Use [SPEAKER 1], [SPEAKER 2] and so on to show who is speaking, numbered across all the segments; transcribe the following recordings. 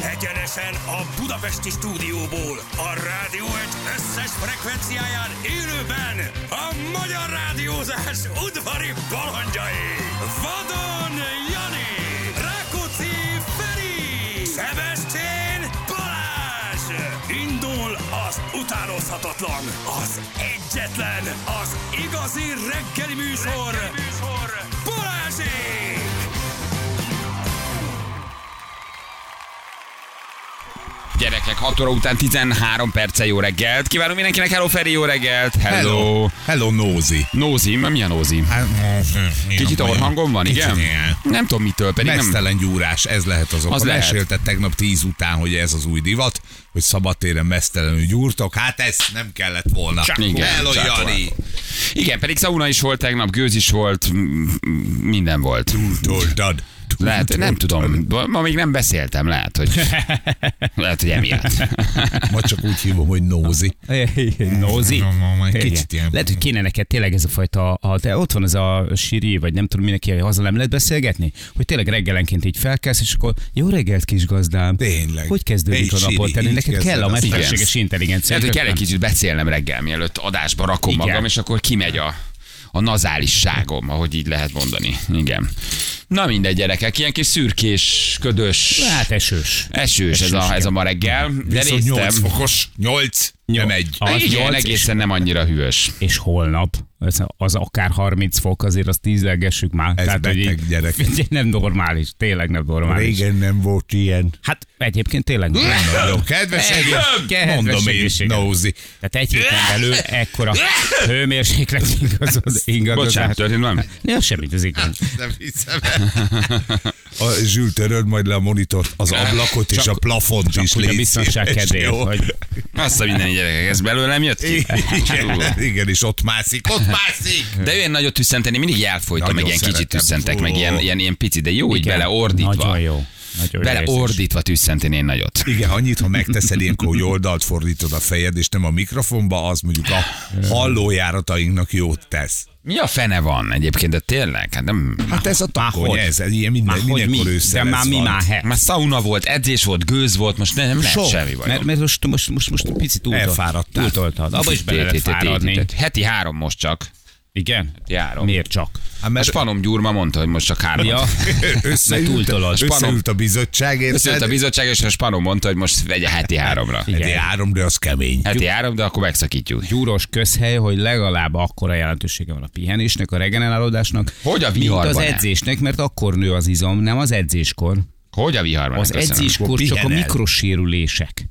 [SPEAKER 1] Egyenesen a Budapesti stúdióból, a rádió egy összes frekvenciáján élőben a magyar rádiózás udvari balandjai. Vadon Jani, Rákóczi Feri, Szebestén Balázs! Indul az utánozhatatlan, az egyetlen, az igazi reggeli műsor, reggeli műsor. Balázsék!
[SPEAKER 2] Gyerekek, 6 óra után 13 perce jó reggelt. Kívánom mindenkinek, hello Feri, jó reggelt. Hello. hello.
[SPEAKER 3] Hello, Hát, mm, Nózi.
[SPEAKER 2] Nózi, mi a Nózi? Kicsit orhangom van, igen?
[SPEAKER 3] Kicsit, igen.
[SPEAKER 2] Nem tudom mitől, pedig nem...
[SPEAKER 3] Mesztelen gyúrás, ez lehet az oka.
[SPEAKER 2] Az
[SPEAKER 3] Az
[SPEAKER 2] lehet.
[SPEAKER 3] Mesélted tegnap 10 után, hogy ez az új divat, hogy szabadtéren mesztelenül gyúrtok. Hát ez nem kellett volna. Csak
[SPEAKER 2] igen,
[SPEAKER 3] Hello,
[SPEAKER 2] csak
[SPEAKER 3] Jani.
[SPEAKER 2] Igen, pedig szauna is volt tegnap, gőz is volt, m- m- minden volt.
[SPEAKER 3] Tudtad.
[SPEAKER 2] Lehet, nem tudom, ma még nem beszéltem, lehet, hogy, lehet, hogy emiatt.
[SPEAKER 3] Ma csak úgy hívom, hogy Nózi.
[SPEAKER 4] Nózi.
[SPEAKER 3] Kicsit ilyen.
[SPEAKER 4] Lehet, hogy kéne neked tényleg ez a fajta, a, te, ott van ez a siri, vagy nem tudom mindenki, hogy haza nem lehet beszélgetni, hogy tényleg reggelenként így felkelsz, és akkor jó reggelt kis gazdám.
[SPEAKER 3] Tényleg.
[SPEAKER 4] Hogy kezdődik
[SPEAKER 3] Így
[SPEAKER 4] a napot?
[SPEAKER 3] Siri,
[SPEAKER 4] Tenni?
[SPEAKER 3] így
[SPEAKER 4] Neked
[SPEAKER 3] kezded
[SPEAKER 4] kell a
[SPEAKER 3] azt.
[SPEAKER 4] mesterséges intelligencia.
[SPEAKER 3] Hát,
[SPEAKER 2] Lehet, hogy kell egy
[SPEAKER 4] nem?
[SPEAKER 2] kicsit beszélnem reggel, mielőtt adásba rakom
[SPEAKER 4] Igen.
[SPEAKER 2] magam, és akkor kimegy a, a nazálisságom, ahogy így lehet mondani. Igen. Na mindegy, gyerekek, ilyen kis szürkés, ködös,
[SPEAKER 4] Hát esős.
[SPEAKER 2] esős ez a, ez a ma reggel, de
[SPEAKER 3] Viszont 8
[SPEAKER 2] néztem. Hát
[SPEAKER 3] fokos. 8. Nem egy.
[SPEAKER 4] Az
[SPEAKER 2] Igen,
[SPEAKER 4] nyolc,
[SPEAKER 2] egészen nem annyira hűvös.
[SPEAKER 1] Hát
[SPEAKER 4] és holnap, az, az akár 30 fok, azért azt tízlegessük már.
[SPEAKER 3] Ez
[SPEAKER 4] hogy
[SPEAKER 3] beteg,
[SPEAKER 4] így-
[SPEAKER 3] gyerekek.
[SPEAKER 4] Figyelj, nem normális, tényleg nem normális.
[SPEAKER 3] Régen nem volt ilyen.
[SPEAKER 4] Hát egyébként tényleg nem normális.
[SPEAKER 3] Jó, kedves
[SPEAKER 4] Egy-
[SPEAKER 3] egész.
[SPEAKER 4] kedves
[SPEAKER 3] Mondom én,
[SPEAKER 4] egészségem.
[SPEAKER 3] Nózi.
[SPEAKER 4] Tehát egy héten belül ekkora hőmérséklet ingazod,
[SPEAKER 2] Bocsánat,
[SPEAKER 4] ingadozás.
[SPEAKER 2] történt valami?
[SPEAKER 4] Nem, semmit, ez igen.
[SPEAKER 3] Nem hiszem el. A Zsül töröd majd le a monitort, az ablakot és a plafont is
[SPEAKER 4] Ugye
[SPEAKER 3] légy
[SPEAKER 4] biztonság
[SPEAKER 3] szíves,
[SPEAKER 4] kedvéért,
[SPEAKER 3] jó?
[SPEAKER 4] hogy
[SPEAKER 2] Azt a minden gyerekek, ez belőlem jött ki? Hú.
[SPEAKER 3] Igen, igen, és ott mászik, ott mászik.
[SPEAKER 2] De én nagyot tüsszenteni, mindig elfolytom,
[SPEAKER 3] Nagyon
[SPEAKER 2] meg ilyen kicsit
[SPEAKER 3] szeretem.
[SPEAKER 2] tüsszentek, meg ilyen, ilyen, ilyen pici, de jó, így
[SPEAKER 4] igen,
[SPEAKER 2] beleordítva.
[SPEAKER 4] Nagyon jó. Nagyon jó érzés.
[SPEAKER 2] Beleordítva tüsszenteni én nagyot.
[SPEAKER 3] Igen, annyit, ha megteszed ilyenkor, hogy oldalt fordítod a fejed, és nem a mikrofonba, az mondjuk a hallójáratainknak jót tesz.
[SPEAKER 2] Mi a fene van egyébként, de tényleg? Hát nem...
[SPEAKER 3] Hát ez a takony,
[SPEAKER 4] hogy?
[SPEAKER 3] ez, ez ilyen minden,
[SPEAKER 4] Már hogy mi?
[SPEAKER 3] mindenkor ősszel
[SPEAKER 4] De
[SPEAKER 3] ez
[SPEAKER 4] már mi
[SPEAKER 3] van.
[SPEAKER 4] már he.
[SPEAKER 2] Már szauna volt, edzés volt, gőz volt, most nem, nem lehet
[SPEAKER 4] Sok.
[SPEAKER 2] semmi baj.
[SPEAKER 4] Mert, mert most, most, most, most picit túl,
[SPEAKER 3] Elfáradtál.
[SPEAKER 4] túltoltad. Abba is bele lehet fáradni.
[SPEAKER 2] Heti három most csak.
[SPEAKER 4] Igen?
[SPEAKER 2] Járom.
[SPEAKER 4] Miért csak?
[SPEAKER 3] Hát
[SPEAKER 2] A
[SPEAKER 3] mert
[SPEAKER 2] spanom gyurma mondta, hogy most csak három.
[SPEAKER 4] Ja,
[SPEAKER 3] összeült,
[SPEAKER 4] túltolod.
[SPEAKER 3] összeült a bizottság,
[SPEAKER 2] Összejött a
[SPEAKER 4] Hát-
[SPEAKER 3] érted?
[SPEAKER 2] bizottság, és a spanom mondta, hogy most vegye heti háromra.
[SPEAKER 3] Egy három, de az kemény.
[SPEAKER 2] Heti három, de akkor megszakítjuk.
[SPEAKER 4] gyúros közhely, hogy legalább akkora jelentősége van a pihenésnek, a regenerálódásnak,
[SPEAKER 2] Hogy a
[SPEAKER 4] mint az
[SPEAKER 2] viharban el?
[SPEAKER 4] edzésnek, mert akkor nő az izom, nem az edzéskor.
[SPEAKER 2] Hogy a viharban?
[SPEAKER 4] Az
[SPEAKER 2] Köszönöm.
[SPEAKER 4] edzéskor
[SPEAKER 3] Akkor
[SPEAKER 4] csak a
[SPEAKER 3] pihenel.
[SPEAKER 4] mikrosérülések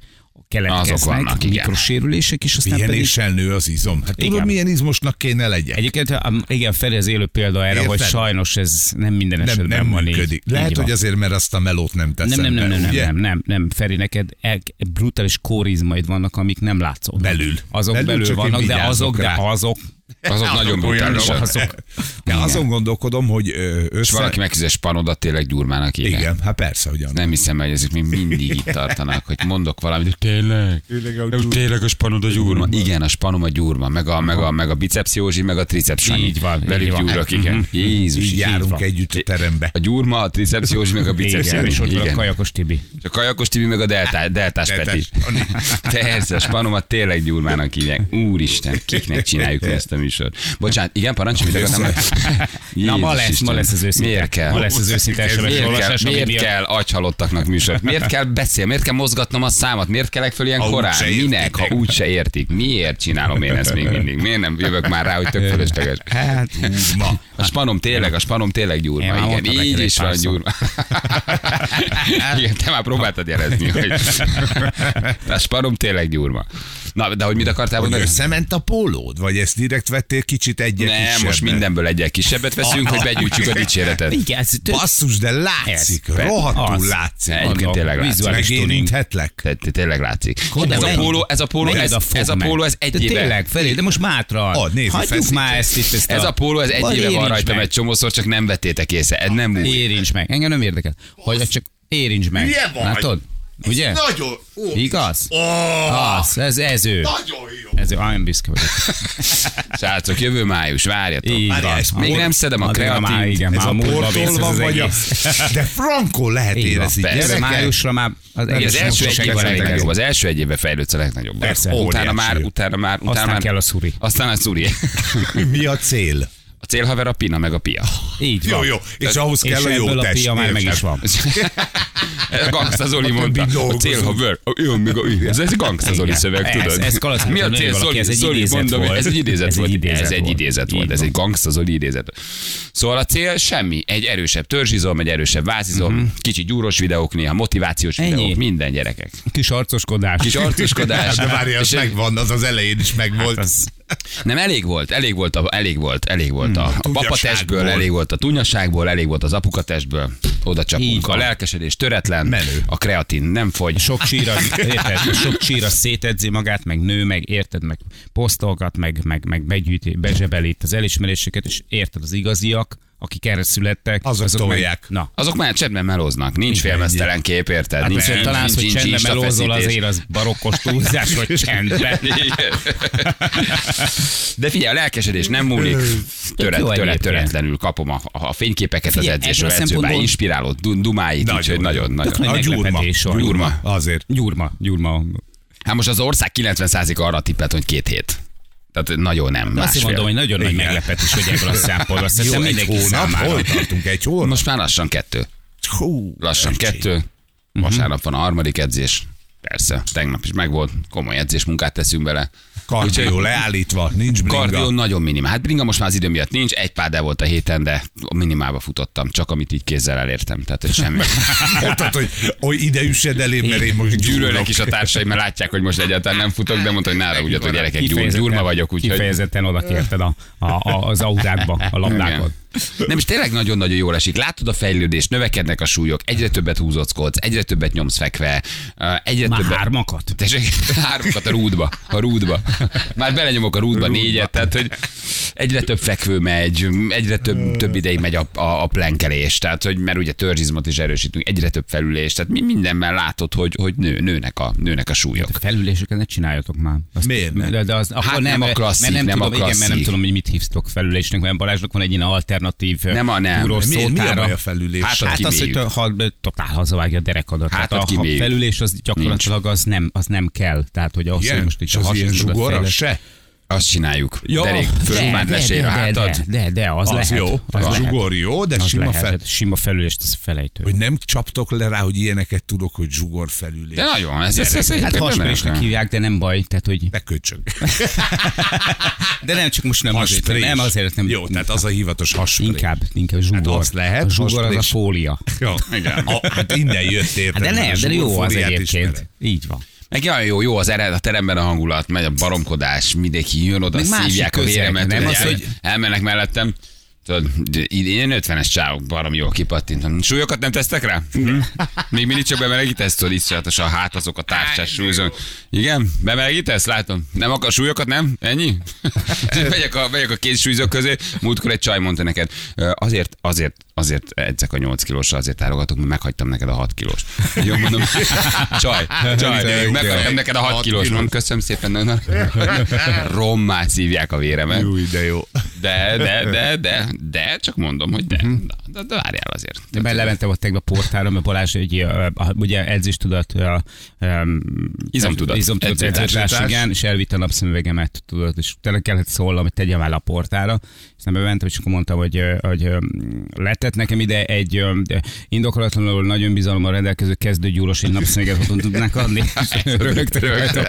[SPEAKER 2] Azok vannak,
[SPEAKER 4] keletkeznek,
[SPEAKER 2] igen.
[SPEAKER 4] mikrosérülések, és aztán pedig...
[SPEAKER 3] Pihenéssel nő az izom. Hát tudod,
[SPEAKER 4] Igen.
[SPEAKER 3] milyen izmosnak kéne legyen?
[SPEAKER 4] Egyébként, ám, igen, Feri az élő példa erre,
[SPEAKER 3] Érted?
[SPEAKER 4] hogy sajnos ez nem minden
[SPEAKER 3] nem,
[SPEAKER 4] esetben
[SPEAKER 3] nem
[SPEAKER 4] van így.
[SPEAKER 3] működik.
[SPEAKER 4] Így
[SPEAKER 3] Lehet,
[SPEAKER 4] van.
[SPEAKER 3] hogy azért, mert azt a melót nem teszem
[SPEAKER 4] nem, nem, nem,
[SPEAKER 3] be,
[SPEAKER 4] nem, nem,
[SPEAKER 3] ugye?
[SPEAKER 4] nem, nem, nem, Feri, neked el, brutális kórizmaid vannak, amik nem látszódnak.
[SPEAKER 3] Belül.
[SPEAKER 4] Azok
[SPEAKER 3] Belül,
[SPEAKER 4] belül,
[SPEAKER 3] csak én
[SPEAKER 4] vannak, de
[SPEAKER 3] vigyázok
[SPEAKER 4] azok,
[SPEAKER 3] rá.
[SPEAKER 4] de azok,
[SPEAKER 2] Azok nagyon
[SPEAKER 3] Azok olyanok.
[SPEAKER 2] brutálisak.
[SPEAKER 4] azok.
[SPEAKER 3] De
[SPEAKER 4] Igen.
[SPEAKER 3] azon gondolkodom, hogy ö,
[SPEAKER 2] És
[SPEAKER 3] össze...
[SPEAKER 2] valaki megfizet spanodat tényleg gyurmának írják.
[SPEAKER 3] Igen, hát persze, hogy annak.
[SPEAKER 2] Nem hiszem, hogy ezek még mindig itt tartanak, hogy mondok valamit, hogy tényleg.
[SPEAKER 3] Tényleg a
[SPEAKER 2] Ö,
[SPEAKER 3] gyur-
[SPEAKER 2] tényleg a spanod a gyurma. Igen, a spanom a gyurma, meg a, meg a, meg a biceps Józsi, meg a triceps Sanyi.
[SPEAKER 4] Így van,
[SPEAKER 2] Velük
[SPEAKER 4] így van.
[SPEAKER 2] gyúrok, igen. Jézus,
[SPEAKER 3] Így járunk
[SPEAKER 4] van.
[SPEAKER 3] együtt a terembe.
[SPEAKER 2] A gyurma, a triceps Józsi, meg a biceps
[SPEAKER 4] Igen, és
[SPEAKER 2] Józsi.
[SPEAKER 4] ott van a
[SPEAKER 2] Igen.
[SPEAKER 4] kajakos Tibi.
[SPEAKER 2] És a kajakos Tibi, meg a deltá, deltás Peti.
[SPEAKER 3] Deltás Ani.
[SPEAKER 2] Persze, a spanomat tényleg gyurmának hívják. Úristen, kiknek csináljuk mi ezt a műsort. Bocsánat, igen, parancs, mit akartam?
[SPEAKER 4] Na, ma
[SPEAKER 2] Jézus
[SPEAKER 4] lesz, ma
[SPEAKER 2] Isten.
[SPEAKER 4] lesz az őszinte.
[SPEAKER 2] Miért kell?
[SPEAKER 4] Ma lesz az őszinte SMS
[SPEAKER 2] Miért kell,
[SPEAKER 4] olvasás, ami
[SPEAKER 2] miért
[SPEAKER 4] miatt-
[SPEAKER 2] kell agyhalottaknak műsort? Miért kell beszélni? Miért kell mozgatnom a számat? Miért kelek föl ilyen
[SPEAKER 3] Ha
[SPEAKER 2] korán?
[SPEAKER 3] úgyse értik
[SPEAKER 2] Minek, ha
[SPEAKER 3] meg.
[SPEAKER 2] úgyse értik? Miért csinálom én ezt még mindig? Miért nem jövök már rá, hogy tök fölösleges?
[SPEAKER 4] Hát,
[SPEAKER 3] Ma.
[SPEAKER 2] A spanom tényleg, a spanom tényleg
[SPEAKER 4] Én
[SPEAKER 2] gyúrma.
[SPEAKER 4] már
[SPEAKER 2] Igen,
[SPEAKER 4] mondtam
[SPEAKER 2] így
[SPEAKER 4] neked
[SPEAKER 2] is
[SPEAKER 4] egy
[SPEAKER 2] van
[SPEAKER 4] párszor.
[SPEAKER 2] gyúrma. Igen, te már próbáltad jelezni, hogy a spanom tényleg gyúrma. Na, de hogy mit akartál
[SPEAKER 3] Hogy
[SPEAKER 2] mondani?
[SPEAKER 3] összement a pólód? Vagy ezt direkt vettél kicsit egyet
[SPEAKER 2] Nem, most
[SPEAKER 3] kisebbet?
[SPEAKER 2] mindenből egyel kisebbet veszünk, hogy begyűjtsük a dicséretet.
[SPEAKER 4] igen, ez tök
[SPEAKER 3] Basszus, de látszik,
[SPEAKER 4] Ez,
[SPEAKER 3] rohadtul
[SPEAKER 4] az.
[SPEAKER 3] látszik.
[SPEAKER 2] Egyébként
[SPEAKER 4] Adom.
[SPEAKER 2] tényleg látszik.
[SPEAKER 4] Vizuális tuning.
[SPEAKER 3] Megérinthetlek?
[SPEAKER 2] Te, te tényleg látszik.
[SPEAKER 4] Komoly.
[SPEAKER 2] ez a póló, ez a póló,
[SPEAKER 4] Neked
[SPEAKER 2] ez,
[SPEAKER 4] fog
[SPEAKER 2] ez a
[SPEAKER 4] meg.
[SPEAKER 2] póló, ez egy
[SPEAKER 4] de
[SPEAKER 2] éve.
[SPEAKER 4] Tényleg, Feri, de most mátra.
[SPEAKER 3] Ad, nézd,
[SPEAKER 4] Hagyjuk
[SPEAKER 3] feszítse.
[SPEAKER 4] már ezt itt. Ezt
[SPEAKER 2] Ez a póló, ez egy
[SPEAKER 4] Vagy
[SPEAKER 2] éve van
[SPEAKER 4] érintsd
[SPEAKER 2] rajtam
[SPEAKER 4] meg.
[SPEAKER 2] egy csomószor, csak nem vettétek észre. Ez nem úgy.
[SPEAKER 4] Érints meg. Engem nem érdekel. Hogy csak érints meg.
[SPEAKER 3] Hülye vagy?
[SPEAKER 4] Látod? Ugye?
[SPEAKER 5] Nagyon. Ó,
[SPEAKER 4] Igaz?
[SPEAKER 2] Oh.
[SPEAKER 5] Ó,
[SPEAKER 4] Az, ez, ez ő.
[SPEAKER 5] nagyon jó.
[SPEAKER 4] Ez ő, olyan büszke vagyok.
[SPEAKER 2] Srácok, jövő május, várjatok.
[SPEAKER 4] Így
[SPEAKER 3] Várjál,
[SPEAKER 4] van.
[SPEAKER 3] és
[SPEAKER 2] Még
[SPEAKER 3] Ó,
[SPEAKER 2] nem szedem a
[SPEAKER 4] Addigra Már,
[SPEAKER 2] kreatint.
[SPEAKER 4] igen,
[SPEAKER 3] Ez
[SPEAKER 4] már
[SPEAKER 3] a
[SPEAKER 4] múlva
[SPEAKER 3] portól
[SPEAKER 4] vész ez
[SPEAKER 3] van,
[SPEAKER 4] az
[SPEAKER 3] vagy a...
[SPEAKER 4] egész.
[SPEAKER 3] De frankó lehet
[SPEAKER 4] Így van,
[SPEAKER 3] érezni.
[SPEAKER 4] Persze,
[SPEAKER 3] gyerekek.
[SPEAKER 4] májusra már az
[SPEAKER 2] Igen, az
[SPEAKER 4] egész
[SPEAKER 2] első
[SPEAKER 4] most
[SPEAKER 2] egy évben a
[SPEAKER 4] segíteni.
[SPEAKER 2] legnagyobb, az első egy évben fejlődsz a legnagyobb.
[SPEAKER 4] Persze,
[SPEAKER 2] utána
[SPEAKER 3] óriási.
[SPEAKER 2] már, utána már, utána
[SPEAKER 4] Aztán
[SPEAKER 2] már,
[SPEAKER 4] kell a szuri.
[SPEAKER 2] Aztán a szuri.
[SPEAKER 3] Mi a cél?
[SPEAKER 2] A célhaver a pina, meg a pia.
[SPEAKER 4] Így
[SPEAKER 3] Jó,
[SPEAKER 4] van.
[SPEAKER 3] jó. És ahhoz
[SPEAKER 4] És
[SPEAKER 3] kell a jó
[SPEAKER 4] ebből a
[SPEAKER 3] test.
[SPEAKER 4] pia már meg is van.
[SPEAKER 2] Gangsta Zoli
[SPEAKER 3] A
[SPEAKER 2] mondta.
[SPEAKER 3] többi
[SPEAKER 2] A
[SPEAKER 3] dolgozunk.
[SPEAKER 2] célhaver. a- Jó, még a... Ez egy Gangsta Zoli
[SPEAKER 4] Igen.
[SPEAKER 2] szöveg,
[SPEAKER 4] Ez-
[SPEAKER 2] tudod?
[SPEAKER 4] ez kalapszál,
[SPEAKER 2] Mi a
[SPEAKER 4] nem
[SPEAKER 2] cél?
[SPEAKER 4] valaki,
[SPEAKER 2] Zoli,
[SPEAKER 4] ez egy
[SPEAKER 2] Zoli
[SPEAKER 4] idézet
[SPEAKER 2] mondom,
[SPEAKER 4] volt.
[SPEAKER 2] ez egy idézet
[SPEAKER 4] Ez egy
[SPEAKER 2] volt.
[SPEAKER 4] idézet
[SPEAKER 2] Ez egy
[SPEAKER 4] volt.
[SPEAKER 2] idézet volt.
[SPEAKER 4] Így
[SPEAKER 2] Ez
[SPEAKER 4] van.
[SPEAKER 2] egy Gangsta Zoli idézet. Szóval a cél semmi. Egy erősebb törzsizom, egy erősebb vázizom, kicsi gyúros videók, néha motivációs
[SPEAKER 4] Mhm. Ennyi.
[SPEAKER 2] videók, minden gyerekek.
[SPEAKER 4] Kis arcoskodás. Hát
[SPEAKER 2] Kis arcoskodás.
[SPEAKER 3] De várjál, az
[SPEAKER 2] És egy-
[SPEAKER 3] megvan, az az elején is megvolt.
[SPEAKER 4] az-
[SPEAKER 2] Nem, elég volt, elég volt, a, elég volt, elég volt
[SPEAKER 4] Mhm.
[SPEAKER 2] a, a papatestből,
[SPEAKER 3] tunyaságból.
[SPEAKER 2] elég volt a tunyaságból, elég volt az apukatestből, oda
[SPEAKER 4] Így
[SPEAKER 2] csapunk. A
[SPEAKER 4] van.
[SPEAKER 2] lelkesedés töretlen, Menő. a kreatin nem fogy.
[SPEAKER 4] Sok csíra, érted? Sok csíra szétedzi magát, meg nő, meg érted, meg posztolgat, meg, meg, meg begyűjti, bezsebeli itt az elismeréseket, és érted az igaziak, akik erre születtek.
[SPEAKER 3] Azok tolják.
[SPEAKER 4] Meg, na,
[SPEAKER 2] Azok már csendben melóznak, nincs félmeztelen kép, érted?
[SPEAKER 4] Hát
[SPEAKER 2] nincs,
[SPEAKER 4] nincs,
[SPEAKER 2] nincs,
[SPEAKER 4] talán,
[SPEAKER 2] nincs,
[SPEAKER 4] hogy
[SPEAKER 2] nincs
[SPEAKER 4] csendben
[SPEAKER 2] Insta
[SPEAKER 4] melózol
[SPEAKER 2] feszítés.
[SPEAKER 4] azért, az barokkos túlzás, hogy csendben.
[SPEAKER 2] Igen. De figyelj, a lelkesedés nem múlik, töret,
[SPEAKER 4] jó
[SPEAKER 2] töret,
[SPEAKER 4] egyébként.
[SPEAKER 2] töretlenül kapom a, a a fényképeket az
[SPEAKER 4] Figyelj,
[SPEAKER 2] edzésről,
[SPEAKER 4] ebből a
[SPEAKER 2] edzőben
[SPEAKER 4] szempontból-
[SPEAKER 2] inspiráló du- dumáit,
[SPEAKER 3] Nagyon
[SPEAKER 2] úgyhogy
[SPEAKER 3] jó.
[SPEAKER 2] nagyon-nagyon.
[SPEAKER 4] nagy
[SPEAKER 3] A gyurma.
[SPEAKER 4] meglepetés volt.
[SPEAKER 3] Gyurma. Azért.
[SPEAKER 4] Gyurma, gyurma.
[SPEAKER 2] Hát most az ország 90%-a arra tippelt, hogy két hét. Tehát nagyon nem.
[SPEAKER 4] De azt
[SPEAKER 2] másfél.
[SPEAKER 4] mondom, hogy nagyon nagy
[SPEAKER 3] Igen.
[SPEAKER 4] meglepetés, hogy ebből a számból. Azt hiszem
[SPEAKER 3] Jó, egy
[SPEAKER 4] mindenki
[SPEAKER 3] hónap.
[SPEAKER 4] számára.
[SPEAKER 3] Hol tartunk egy hónap?
[SPEAKER 2] Most már lassan kettő.
[SPEAKER 3] Hú,
[SPEAKER 2] Lassan
[SPEAKER 3] öcsém.
[SPEAKER 2] kettő.
[SPEAKER 4] Mhm.
[SPEAKER 2] Vasárnap van a harmadik edzés. Persze, tegnap is megvolt. Komoly edzésmunkát teszünk bele.
[SPEAKER 3] Kardió leállítva, nincs bringa.
[SPEAKER 2] Kardió nagyon minimál. Hát bringa most már az idő miatt nincs, egy pádel volt a héten, de minimálba futottam, csak amit így kézzel elértem, tehát hogy semmi.
[SPEAKER 3] Mondtad, hogy, hogy ide üssed elém, mert én most
[SPEAKER 2] Gyűlölnek
[SPEAKER 3] gyűlölök.
[SPEAKER 2] is a társaim, mert látják, hogy most egyáltalán nem futok, de mondta, hogy nála úgy, hogy gyerekek, gyúr,
[SPEAKER 4] Kifejezetten-
[SPEAKER 2] gyurma vagyok, úgyhogy...
[SPEAKER 4] Kifejezetten oda kérted a, a, a, az autákba, a labdákon.
[SPEAKER 2] Igen. Nem, és tényleg nagyon-nagyon jól esik. Látod a fejlődést, növekednek a súlyok, egyre többet húzockodsz, egyre többet nyomsz fekve, ö, egyre
[SPEAKER 4] Már
[SPEAKER 2] többet...
[SPEAKER 4] hármakat?
[SPEAKER 2] Tessék, háromat a rúdba, a rúdba. Már belenyomok a rúdba, négyet, tehát hogy egyre több fekvő megy, egyre több, több ideig megy a, a, a plenkelés, tehát hogy mert ugye törzsizmot is erősítünk, egyre több felülés, tehát mi mindenben látod, hogy, hogy nő, nőnek, a, nőnek a súlyok.
[SPEAKER 4] Felüléseket ne csináljatok már. Azt,
[SPEAKER 3] Miért ne?
[SPEAKER 4] De, de az, akkor
[SPEAKER 2] nem a
[SPEAKER 4] mert-
[SPEAKER 2] klasszik,
[SPEAKER 4] mert Hát nem,
[SPEAKER 2] nem a
[SPEAKER 4] tudom, Igen, mert
[SPEAKER 2] klasszik.
[SPEAKER 4] nem tudom, hogy mit hívtok felülésnek, mert Balázsnak van egy ilyen alternatív
[SPEAKER 2] Nem a nem.
[SPEAKER 4] túrós
[SPEAKER 3] Mi, mi a
[SPEAKER 4] szótára.
[SPEAKER 3] baj a felülés?
[SPEAKER 2] Hát,
[SPEAKER 4] Hát az, hogy
[SPEAKER 2] kiméljük.
[SPEAKER 4] ha totál hazavágja a derekadat.
[SPEAKER 2] Hát,
[SPEAKER 4] Tehát
[SPEAKER 2] ott
[SPEAKER 4] a,
[SPEAKER 2] kiméljük.
[SPEAKER 4] a felülés az gyakorlatilag az nem, az nem kell. Tehát, hogy ahhoz, hogy
[SPEAKER 3] Igen,
[SPEAKER 4] most itt
[SPEAKER 3] és
[SPEAKER 4] a Hát,
[SPEAKER 3] az ilyen
[SPEAKER 4] hasizmodat
[SPEAKER 3] zsugora
[SPEAKER 4] fejlesz-
[SPEAKER 3] se.
[SPEAKER 2] Azt csináljuk.
[SPEAKER 3] Ja,
[SPEAKER 2] Derék, fölmád
[SPEAKER 4] de, de,
[SPEAKER 2] lesére
[SPEAKER 4] de,
[SPEAKER 2] hátad.
[SPEAKER 4] de, de, de, az,
[SPEAKER 3] Az
[SPEAKER 4] lehet.
[SPEAKER 3] jó,
[SPEAKER 4] az,
[SPEAKER 3] a
[SPEAKER 4] lehet.
[SPEAKER 3] zsugor jó, de
[SPEAKER 4] Az
[SPEAKER 3] sima
[SPEAKER 4] lehet.
[SPEAKER 3] fel.
[SPEAKER 4] Sima felülést, ez felejtő.
[SPEAKER 3] Hogy nem csaptok le rá, hogy ilyeneket tudok, hogy zsugor felülés.
[SPEAKER 2] De nagyon, ez, ez, ez, ez
[SPEAKER 4] Hát hasmerésnek hívják, de nem baj. Tehát, hogy,
[SPEAKER 3] Ne köcsög.
[SPEAKER 4] Hát de nem csak most nem azért,
[SPEAKER 3] Hasprés.
[SPEAKER 4] nem azért nem.
[SPEAKER 3] Jó, tehát az a hivatos hasprés.
[SPEAKER 4] Inkább, inkább zsugor.
[SPEAKER 3] Hát azt lehet,
[SPEAKER 4] A zsugor az
[SPEAKER 3] hasprés.
[SPEAKER 4] a fólia.
[SPEAKER 3] Jó, igen. A, hát innen jött érted.
[SPEAKER 4] Hát de
[SPEAKER 3] mert a
[SPEAKER 4] nem, de jó az
[SPEAKER 3] zsugorfóliát
[SPEAKER 4] egyébként.
[SPEAKER 3] ismered.
[SPEAKER 4] Így van.
[SPEAKER 2] Meg jaj, jó, jó az ered, a teremben a hangulat, megy a baromkodás, mindenki jön oda,
[SPEAKER 4] Meg másik
[SPEAKER 2] szívják a
[SPEAKER 4] közeg,
[SPEAKER 2] véremet,
[SPEAKER 4] nem?
[SPEAKER 2] nem
[SPEAKER 4] Az,
[SPEAKER 2] az, hogy
[SPEAKER 4] hogy-
[SPEAKER 2] elmennek mellettem. Tudod, én 50-es csávok barom jól kipattintam. Súlyokat nem tesztek rá? Hm? Még mindig csak bemelegítesz, tudod, iszonyatos a hát azok a tárcsás súlyzon. Igen? Bemelegítesz? Látom. Nem akar súlyokat, nem? Ennyi? megyek, a, megyek a két súlyzók közé. Múltkor egy csaj mondta neked, "Ö, azért, azért, azért edzek a 8 kilósra, azért tárogatok, mert meghagytam neked a 6 kilós. Jó, mondom, csaj, csaj, meghagytam neked a 6 kilós.
[SPEAKER 3] Hat kilós.
[SPEAKER 2] Mondom, köszönöm szépen, nagyon rommá szívják a véremet.
[SPEAKER 3] Jó, de jó.
[SPEAKER 2] De, de, de, de, de, csak mondom, hogy de.
[SPEAKER 3] Mhm.
[SPEAKER 2] De, de, de várjál azért.
[SPEAKER 4] De mert lementem ott tegnap portára, mert Balázs egy, ö, a- ugye edzéstudat, ö, ö,
[SPEAKER 2] Izomtudat.
[SPEAKER 4] izomtudat
[SPEAKER 2] Edzőtárs.
[SPEAKER 4] edzőtárs,
[SPEAKER 2] Edzőtárs.
[SPEAKER 4] igen, és elvitte a napszemüvegemet, tudod, és tele kellett szólnom, hogy tegyem el a portára. Aztán bementem, és akkor mondtam, hogy, ö, hogy ö, letett nekem ide egy ö, indokolatlanul nagyon bizalommal rendelkező kezdőgyúros egy napszemüveget, hogy tudnánk adni. Rögtön rögtön.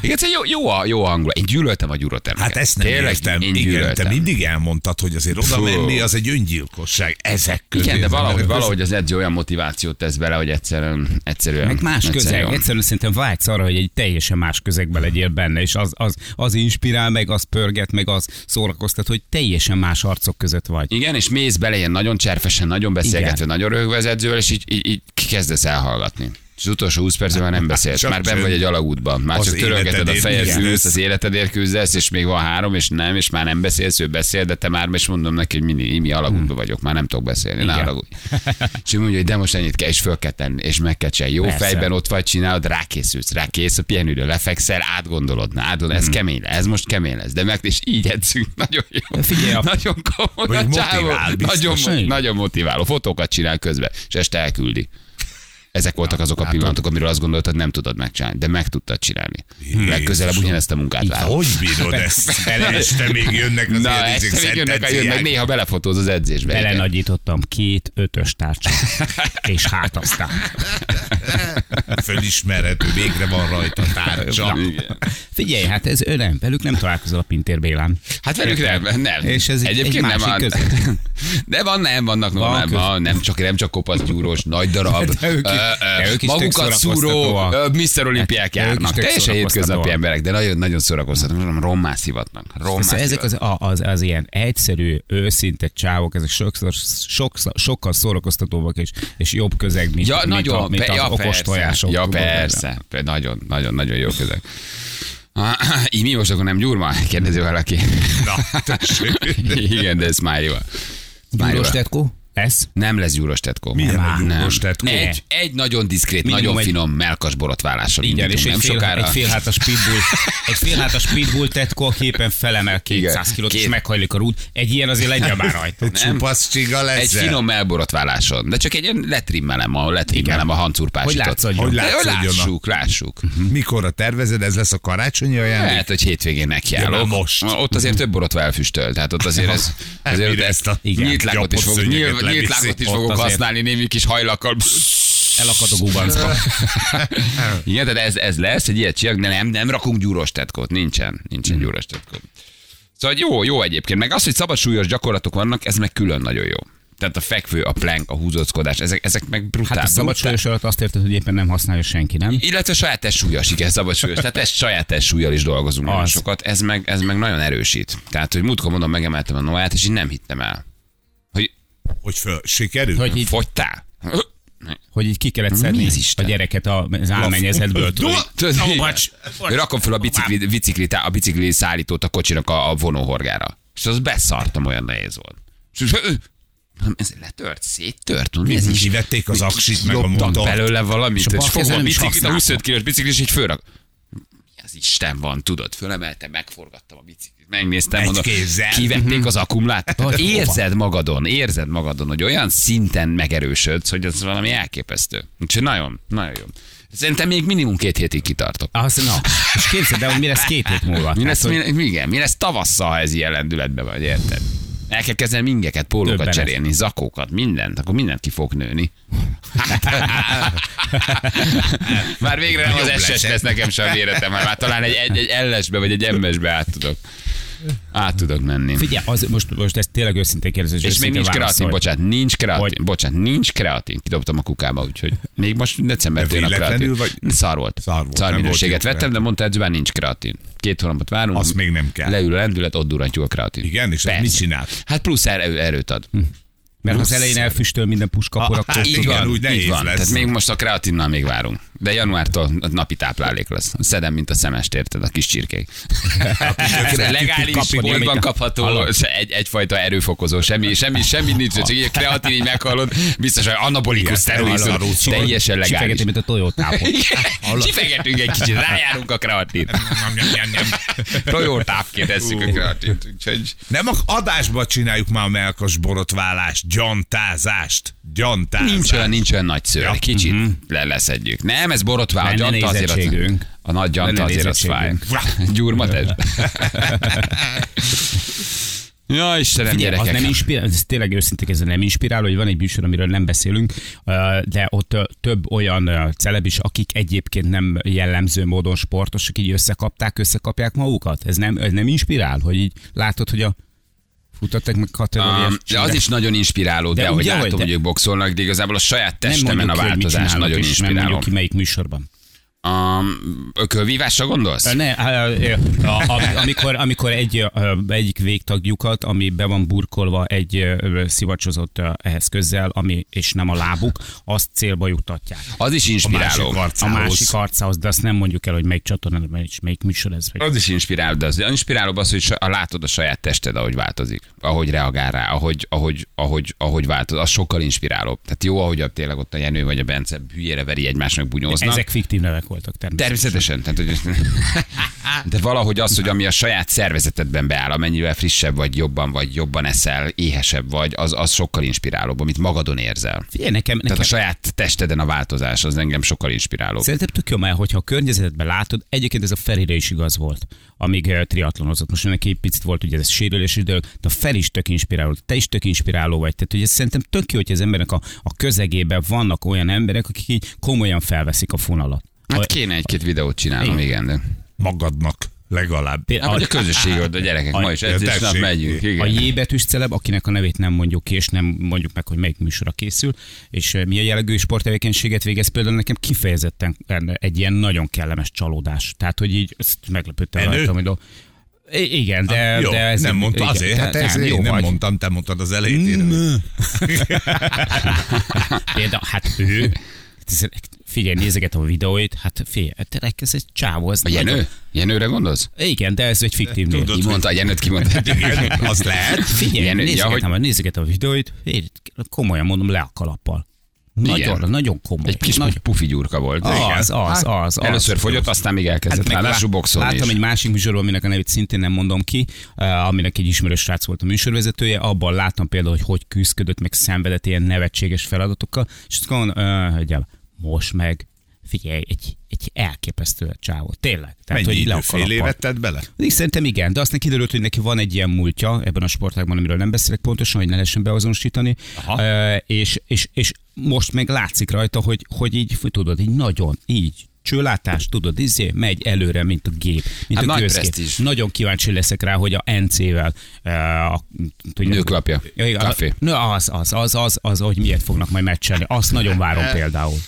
[SPEAKER 2] Igen, ez egy jó, jó, a, jó a hangulat. Én gyűlöltem a gyúrotermeket.
[SPEAKER 3] Hát ezt nem
[SPEAKER 2] Tényleg,
[SPEAKER 3] értem.
[SPEAKER 2] Én
[SPEAKER 3] Igen, te
[SPEAKER 2] gyűlöltem.
[SPEAKER 3] mindig elmondtad, hogy azért oda
[SPEAKER 2] Fú.
[SPEAKER 3] menni, az egy öngyilkosság. Ezek közé.
[SPEAKER 2] Igen, de
[SPEAKER 3] az
[SPEAKER 2] valahogy,
[SPEAKER 3] emberek
[SPEAKER 2] valahogy az edző olyan motivációt tesz bele, hogy egyszerűen... egyszerűen
[SPEAKER 4] Meg más közeg.
[SPEAKER 2] egyszerűen-
[SPEAKER 4] Egyszerűen szerintem vágysz arra, hogy egy teljesen más közegben legyél benne, és az, az, az inspirál, meg az pörget, meg az szórakoztat, hogy teljesen más arcok között vagy.
[SPEAKER 2] Igen, és mész bele ilyen nagyon cserfesen, nagyon beszélgetve,
[SPEAKER 4] Igen.
[SPEAKER 2] nagyon röhögve az edzővel, és így, így, így kezdesz elhallgatni. és az utolsó 20 percben már nem
[SPEAKER 4] Hát,
[SPEAKER 2] beszélsz.
[SPEAKER 3] Csak
[SPEAKER 2] Már ben
[SPEAKER 3] csönd.
[SPEAKER 2] vagy egy alagútban. Már
[SPEAKER 3] Az
[SPEAKER 2] csak törölgeted a
[SPEAKER 3] életedért
[SPEAKER 2] fejed,
[SPEAKER 3] küzdesz.
[SPEAKER 2] fülsz, az életedért küzdesz, és még van három, és nem, és már nem beszélsz, ő beszél, de te már most mondom neki, hogy mi, mi alagútban vagyok, már nem tudok beszélni, ne
[SPEAKER 4] Hmm. Igen.
[SPEAKER 2] haragudj. És ő mondja, hogy de most ennyit kell, és föl kell tenni, és meg kell csinálni. Jó
[SPEAKER 4] Persze.
[SPEAKER 2] fejben ott vagy, csinálod, rákészülsz, rákész, a pihenőre lefekszel, átgondolod, na, átgondolod, ez
[SPEAKER 4] Hmm.
[SPEAKER 2] kemény lesz, ez most kemény lesz, de meg és így edzünk, nagyon jó.
[SPEAKER 4] Figyelj, a-
[SPEAKER 2] nagyon komoly a
[SPEAKER 3] Vagy
[SPEAKER 2] csávó.
[SPEAKER 3] motivál, biztos.
[SPEAKER 2] Nagyon, mo-
[SPEAKER 4] Igen.
[SPEAKER 2] nagyon motiváló, fotókat csinál közben, és este elküldi. Ezek voltak azok a pillanatok, amiről azt gondoltad, nem tudod megcsinálni, de meg tudtad csinálni. Legközelebb ugyanezt a munkát vállal.
[SPEAKER 3] Hogy bírod ezt? Este még jönnek az
[SPEAKER 2] Na,
[SPEAKER 3] ilyen izék,
[SPEAKER 2] ezt még jönnek,
[SPEAKER 3] szentenciák.
[SPEAKER 2] jön, meg néha belefotóz az edzésbe. igen.
[SPEAKER 4] Belenagyítottam két ötös tárcsát, és hát aztán.
[SPEAKER 3] Fölismerhető, végre van rajta tárcsa.
[SPEAKER 2] Igen.
[SPEAKER 4] Figyelj, hát ez ő nem, velük nem találkozol a Pintér Bélán.
[SPEAKER 2] Hát velük nem, nem.
[SPEAKER 4] És ez egy- egy
[SPEAKER 2] nem
[SPEAKER 4] másik
[SPEAKER 2] van. De van, nem, vannak normál,
[SPEAKER 4] között.
[SPEAKER 2] van, nem csak, nem csak kopasz gyúrós, nagy darab,
[SPEAKER 4] De ők is-
[SPEAKER 2] ö, ö,
[SPEAKER 4] de ők is
[SPEAKER 2] magukat
[SPEAKER 4] tök
[SPEAKER 2] szúró, ö,
[SPEAKER 4] szórakoztatóak.
[SPEAKER 2] Mr. Olimpiák
[SPEAKER 4] De ők is
[SPEAKER 2] járnak.
[SPEAKER 4] tök
[SPEAKER 2] Teljesen hétköznapi
[SPEAKER 4] szórakoztatóak.
[SPEAKER 2] emberek, de nagyon-nagyon szórakoztatók. Mondom, rommá szivatnak. Rommá
[SPEAKER 4] Persze, ezek
[SPEAKER 2] szivatnak.
[SPEAKER 4] az, a- az, az, ilyen egyszerű, őszinte csávok, ezek sokszor, sokszor, sokkal szórakoztatóbbak és, és jobb közeg, mint,
[SPEAKER 2] Ja,
[SPEAKER 4] mint,
[SPEAKER 2] nagyon,
[SPEAKER 4] a, mint
[SPEAKER 2] pe-
[SPEAKER 4] az
[SPEAKER 2] ja,
[SPEAKER 4] okos
[SPEAKER 2] persze,
[SPEAKER 4] tojások.
[SPEAKER 2] Ja,
[SPEAKER 4] tudod,
[SPEAKER 2] persze, Pe- nagyon, nagyon, nagyon jó közeg. Ah, Így mi most akkor nem gyurma? Kérdezi valaki.
[SPEAKER 3] Na, tessék.
[SPEAKER 2] Igen, de ez már jó. Már jó.
[SPEAKER 4] Gyuros tetkó? Ez?
[SPEAKER 2] Nem lesz gyúros tetkó.
[SPEAKER 3] Milyen
[SPEAKER 2] Nem.
[SPEAKER 3] a gyúros
[SPEAKER 2] Nem.
[SPEAKER 3] tetkó?
[SPEAKER 2] Egy, egy nagyon diszkrét,
[SPEAKER 4] Minimum
[SPEAKER 2] nagyon
[SPEAKER 4] egy-
[SPEAKER 2] finom melkas borotválással
[SPEAKER 4] Igen, és
[SPEAKER 2] indítunk
[SPEAKER 4] egy
[SPEAKER 2] nem
[SPEAKER 4] fél,
[SPEAKER 2] sokára.
[SPEAKER 4] egy félhátas pitbull, egy hát félhátas pitbull tetkó, aki éppen felemel 200
[SPEAKER 2] Igen.
[SPEAKER 4] kilót, és
[SPEAKER 2] Két-
[SPEAKER 4] meghajlik a rút. Egy ilyen azért legyen már rajta.
[SPEAKER 3] Csupasz csiga lesz.
[SPEAKER 2] Egy finom elborotváláson, de csak egy ilyen letrimmelem a, letrimmelem a hancurpásított.
[SPEAKER 4] Hogy látszódjon.
[SPEAKER 3] Hogy
[SPEAKER 2] De
[SPEAKER 3] látszódjon a-
[SPEAKER 2] Lássuk, lássuk.
[SPEAKER 3] Mikor a tervezed, ez lesz a karácsonyi ajándék?
[SPEAKER 2] Lehet, hogy hétvégén
[SPEAKER 3] De
[SPEAKER 2] nekiállok.
[SPEAKER 3] már most. Hát
[SPEAKER 2] Ott azért több borotva elfüstöl, tehát ott azért ez... Azért
[SPEAKER 3] Mire ezt a
[SPEAKER 2] igen, nyílt
[SPEAKER 3] gyapott
[SPEAKER 2] lákot is fogok,
[SPEAKER 3] szőnyeget
[SPEAKER 2] nyílt, nyílt
[SPEAKER 3] leviszi.
[SPEAKER 2] lákot is
[SPEAKER 3] Ott
[SPEAKER 2] fogok
[SPEAKER 4] azért.
[SPEAKER 2] használni némi kis hajlakkal.
[SPEAKER 4] Elakad a gubancba.
[SPEAKER 2] Igen, tehát ez, ez lesz, egy ilyet csinálok, de nem, nem rakunk gyúros tetkót, nincsen, nincsen
[SPEAKER 4] Hmm.
[SPEAKER 2] gyúros tetkót. Szóval jó, jó egyébként. Meg az, hogy szabad súlyos gyakorlatok vannak, ez meg külön nagyon jó. Tehát a fekvő, a plank, a húzózkodás, ezek, ezek meg brutál.
[SPEAKER 4] Hát a szabad
[SPEAKER 2] brutál.
[SPEAKER 4] súlyos alatt azt érted, hogy éppen nem használja senki, nem?
[SPEAKER 2] Illetve saját testsúlyos, igen, szabad súlyos. Tehát ez saját testsúlyjal is dolgozunk nagyon
[SPEAKER 4] Az.
[SPEAKER 2] sokat, ez meg, ez meg nagyon erősít. Tehát, hogy múltkor mondom, megemeltem a Noát, és így nem hittem el. Hogy
[SPEAKER 3] Hogy föl, sikerül?
[SPEAKER 4] Hogy így,
[SPEAKER 2] fogytál?
[SPEAKER 4] hogy így ki kellett szedni
[SPEAKER 2] az Isten?
[SPEAKER 4] a gyereket az álmennyezetből. tudod.
[SPEAKER 2] Tudod,
[SPEAKER 4] Na,
[SPEAKER 2] így-
[SPEAKER 4] bocs, bocs.
[SPEAKER 2] Rakom fel a bicikli, bicikli, a bicikli szállítót a kocsinak a, a vonóhorgára. És az beszartam, olyan nehéz volt. És nem, ez letört, széttört. Mi ez is?
[SPEAKER 3] Kivették az aksit, meg a
[SPEAKER 2] Loptak
[SPEAKER 3] mondom.
[SPEAKER 2] belőle valamit,
[SPEAKER 4] a
[SPEAKER 2] és,
[SPEAKER 4] bal
[SPEAKER 2] fogom a
[SPEAKER 4] kezem is
[SPEAKER 2] biciklit, a
[SPEAKER 4] használtam.
[SPEAKER 2] 25 kilós biciklis, és így fölrak. Mi az Isten van, tudod, fölemeltem, megforgattam a biciklit, megnéztem,
[SPEAKER 3] Egy
[SPEAKER 2] mondom,
[SPEAKER 3] kézzel.
[SPEAKER 2] kivették az akkumulátort.
[SPEAKER 4] Hát, Hogy hova?
[SPEAKER 2] Érzed magadon, érzed magadon, hogy olyan szinten megerősödsz, hogy ez valami elképesztő. Úgyhogy nagyon, nagyon jó. Szerintem még minimum két hétig kitartok.
[SPEAKER 4] Azt, na, és képzeld el, hogy mi lesz két hét múlva.
[SPEAKER 2] Mi
[SPEAKER 4] Tehát,
[SPEAKER 2] lesz,
[SPEAKER 4] Hát, hogy
[SPEAKER 2] mi, igen, mi lesz tavasszal, ha ez ilyen lendületben vagy, érted? El kell kezdeni mingeket, pólókat
[SPEAKER 4] Döbbenet.
[SPEAKER 2] cserélni, zakókat, mindent, akkor mindent ki fog nőni. már végre nem
[SPEAKER 3] Jobb
[SPEAKER 2] az SS
[SPEAKER 3] lesett.
[SPEAKER 2] lesz nekem sem véretem, már, már talán egy, egy, egy LS-be vagy egy MS-be át tudok. Át tudok menni.
[SPEAKER 4] Figyelj, az, most, most ezt tényleg őszintén kérdezem.
[SPEAKER 2] És még
[SPEAKER 4] őszintén
[SPEAKER 2] nincs kreatin,
[SPEAKER 4] válaszolj.
[SPEAKER 2] bocsánat, nincs
[SPEAKER 4] Hogy?
[SPEAKER 2] kreatin, bocsánat, nincs kreatin. Kidobtam a kukába, úgyhogy még most decemberben jön a kreatin.
[SPEAKER 3] véletlenül vagy?
[SPEAKER 2] Szar volt.
[SPEAKER 3] Szar volt,
[SPEAKER 2] Szar
[SPEAKER 3] nem
[SPEAKER 2] minőséget
[SPEAKER 3] volt jó
[SPEAKER 2] vettem, de
[SPEAKER 3] kreatin.
[SPEAKER 2] mondta edzőben nincs kreatin. Két hónapot várunk.
[SPEAKER 3] Azt még nem kell.
[SPEAKER 2] Leül a lendület, ott durrantjuk a kreatin.
[SPEAKER 3] Igen, és az
[SPEAKER 2] Persze.
[SPEAKER 3] mit csinál? Mhm.
[SPEAKER 2] Hát plusz erő, erőt ad.
[SPEAKER 4] Mert ha az elején elfüstöl minden puskakor,
[SPEAKER 3] Ah,
[SPEAKER 4] akkor
[SPEAKER 3] hát
[SPEAKER 2] Így
[SPEAKER 3] igen,
[SPEAKER 2] van,
[SPEAKER 3] úgy nehéz
[SPEAKER 2] így van.
[SPEAKER 3] lesz.
[SPEAKER 2] Tehát még most a kreatinnal még várunk. De januártól napi táplálék lesz. Szedem, mint a szemest, érted, a kis csirkék. Legális
[SPEAKER 4] kapni,
[SPEAKER 2] sportban
[SPEAKER 4] amiket-
[SPEAKER 2] kapható,
[SPEAKER 4] Hallod?
[SPEAKER 2] se- egy, egyfajta erőfokozó, semmi, semmi, semmi nincs, csak így a kreatin így meghallod, biztos, hogy anabolikus szteroid,
[SPEAKER 3] hallod,
[SPEAKER 2] tudod,
[SPEAKER 3] szóval
[SPEAKER 2] teljesen legális.
[SPEAKER 4] Sifegeti, mint a tojótápon.
[SPEAKER 2] Igen, Kifegetünk egy kicsit, rájárunk a kreatin. Tojótápként tesszük a kreatint. Úgyhogy
[SPEAKER 3] Nem a adásba csináljuk már a melkas borotválást, gyantázást, gyantázást.
[SPEAKER 2] nincs olyan, nincs olyan nagy szőr. Kicsit le leszedjük. Nem, ez borotvál, a
[SPEAKER 4] Lenne
[SPEAKER 2] gyanta azért az,
[SPEAKER 4] Mhm. nézettségünk.
[SPEAKER 2] A nagy gyanta
[SPEAKER 4] Lenne
[SPEAKER 2] azért az fáj.
[SPEAKER 4] nézettségünk.
[SPEAKER 2] Gyurma test. Ja, Istenem,
[SPEAKER 4] Figyelj, az
[SPEAKER 2] gyerekek.
[SPEAKER 4] nem inspirál, ez tényleg őszintén ez nem inspirál, hogy van egy műsor, amiről nem beszélünk, ö, de ott ö, több olyan ö, celeb is, akik egyébként nem jellemző módon sportosok, így összekapták, összekapják magukat. Ez nem, ez nem inspirál, hogy így látod, hogy a futottak meg kategóriás.
[SPEAKER 2] Um, de az is nagyon inspiráló, de,
[SPEAKER 4] De
[SPEAKER 2] de ahogy
[SPEAKER 4] ugye,
[SPEAKER 2] látom,
[SPEAKER 4] hogy
[SPEAKER 2] hogy
[SPEAKER 4] te-
[SPEAKER 2] ők boxolnak, de igazából a saját
[SPEAKER 4] nem
[SPEAKER 2] testemen a
[SPEAKER 4] mondjuk ki, hogy mit
[SPEAKER 2] változás
[SPEAKER 4] csinálnak,
[SPEAKER 2] nagyon
[SPEAKER 4] és nem
[SPEAKER 2] inspiráló.
[SPEAKER 4] mondjuk ki melyik műsorban.
[SPEAKER 2] A ökölvívásra gondolsz?
[SPEAKER 4] Ö, Ne, á, ö, ö, a- a- amikor, amikor egy, ö, egyik végtagjukat, ami be van burkolva egy ö, ö, szivacsozott ö, eszközzel, ami, és nem a lábuk, azt célba juttatják.
[SPEAKER 2] Az is inspiráló.
[SPEAKER 4] A
[SPEAKER 3] arcához.
[SPEAKER 4] másik arcához, de azt nem mondjuk el, hogy melyik csatornán, és melyik műsor ez. Vagy.
[SPEAKER 2] Az is inspiráló, de az inspirálóbb az, hogy sa- látod a saját tested, ahogy változik, ahogy reagál rá, ahogy, ahogy, ahogy, ahogy változik, az sokkal inspirálóbb. Tehát jó, ahogy a tényleg ott a Jenő vagy a Bence hülyére veri egymásnak bunyóznak.
[SPEAKER 4] Ezek fiktív nevek voltak természetesen.
[SPEAKER 2] Természetesen. Tehát, hogy de valahogy az, hogy ami a saját szervezetedben beáll, amennyivel frissebb vagy, jobban vagy, jobban eszel, éhesebb vagy, az, az sokkal inspirálóbb, amit magadon érzel.
[SPEAKER 4] Figyelj, nekem, nekem
[SPEAKER 2] Tehát a saját testeden a változás, az engem sokkal inspirálóbb.
[SPEAKER 4] Szerintem tök jó, mert hogyha a környezetedben látod, egyébként ez a Ferire is igaz volt, amíg eh, triatlonozott. Most neki egy picit volt ugye ez sérülés idő, de a Fer is tök inspiráló, te is tök inspiráló vagy. Tehát ugye szerintem tök jó, hogy az embernek a, a közegében vannak olyan emberek, akik így komolyan felveszik a fonalat.
[SPEAKER 2] Hát
[SPEAKER 4] A-
[SPEAKER 2] kéne egy-két videót csinálnom, igen, de...
[SPEAKER 3] Magadnak legalább.
[SPEAKER 4] pé-
[SPEAKER 2] Hát, vagy a közösség ott a gyerekek, ma is
[SPEAKER 3] Ja,
[SPEAKER 2] edzés
[SPEAKER 3] tessék.
[SPEAKER 2] nap megyünk.
[SPEAKER 4] a
[SPEAKER 2] Igen.
[SPEAKER 4] J betűs celeb, akinek a nevét nem mondjuk ki, és nem mondjuk meg, hogy melyik műsora készül, és eh, mi a jellegű sporttevékenységet végez, például nekem kifejezetten egy ilyen nagyon kellemes csalódás. Tehát, hogy így ezt meglepődtem.
[SPEAKER 3] Menő?
[SPEAKER 4] rajta, hogy do- I- Igen, de,
[SPEAKER 3] Ah, jó,
[SPEAKER 4] de ez
[SPEAKER 3] nem mondta
[SPEAKER 4] igen,
[SPEAKER 3] azért, hát
[SPEAKER 4] tehát
[SPEAKER 3] ez én nem
[SPEAKER 4] vagy.
[SPEAKER 3] mondtam, te mondtad az elejét.
[SPEAKER 4] Például, hát ő, ez- figyelj, nézegetem a videóit, hát figyelj, tényleg ez egy csávó. Ez
[SPEAKER 2] A Jenő? Jenőre gondolsz?
[SPEAKER 4] Igen, de ez egy fiktív név.
[SPEAKER 2] Ki mondta, a Jenőt kimondta.
[SPEAKER 3] Igen, az lehet.
[SPEAKER 4] Figyelj,
[SPEAKER 2] Ilyen,
[SPEAKER 4] Ilyen,
[SPEAKER 2] ja,
[SPEAKER 4] nézegetem, ja, hogy... nézegetem a videóit, figyelj, komolyan mondom, le a kalappal. Nagyon,
[SPEAKER 2] Igen.
[SPEAKER 4] nagyon komoly.
[SPEAKER 2] Egy kis
[SPEAKER 4] Nagy...
[SPEAKER 2] pufi gyurka volt. Hát
[SPEAKER 4] Az, az, az, az.
[SPEAKER 2] Először fogyott, aztán még elkezdett.
[SPEAKER 4] Hát meg
[SPEAKER 2] Ráadásul
[SPEAKER 4] lá-
[SPEAKER 2] boxolni
[SPEAKER 4] Láttam
[SPEAKER 2] is.
[SPEAKER 4] egy másik műsorban, aminek a nevét szintén nem mondom ki, eh, aminek egy ismerős srác volt a műsorvezetője, abban láttam például, hogy hogy küzdködött, meg szenvedett ilyen nevetséges feladatokkal, és azt mondom, uh, hölgyem, most meg figyelj, egy, egy elképesztő csávó, tényleg. Tehát,
[SPEAKER 3] Mennyi
[SPEAKER 4] le
[SPEAKER 3] idő,
[SPEAKER 4] a
[SPEAKER 3] fél
[SPEAKER 4] kalappal.
[SPEAKER 3] évet tett bele?
[SPEAKER 4] Én Szerintem igen, de aztán kiderült, hogy neki van egy ilyen múltja ebben a sportágban, amiről nem beszélek pontosan, hogy ne lehessen beazonosítani, e, és, és, és, most meg látszik rajta, hogy, hogy így, fú, tudod, így nagyon, így, csőlátás, tudod, izé, megy előre, mint a gép, mint
[SPEAKER 2] Hát
[SPEAKER 4] a
[SPEAKER 2] nagy
[SPEAKER 4] gőzgép.
[SPEAKER 2] presztízs.
[SPEAKER 4] Nagyon kíváncsi leszek rá, hogy a NC-vel e, a, tudja,
[SPEAKER 2] Nőklapja.
[SPEAKER 4] Ja, igen, a-
[SPEAKER 2] Café.
[SPEAKER 4] nő, az, az, az, az, az, hogy miért fognak majd meccselni. Azt nagyon várom például.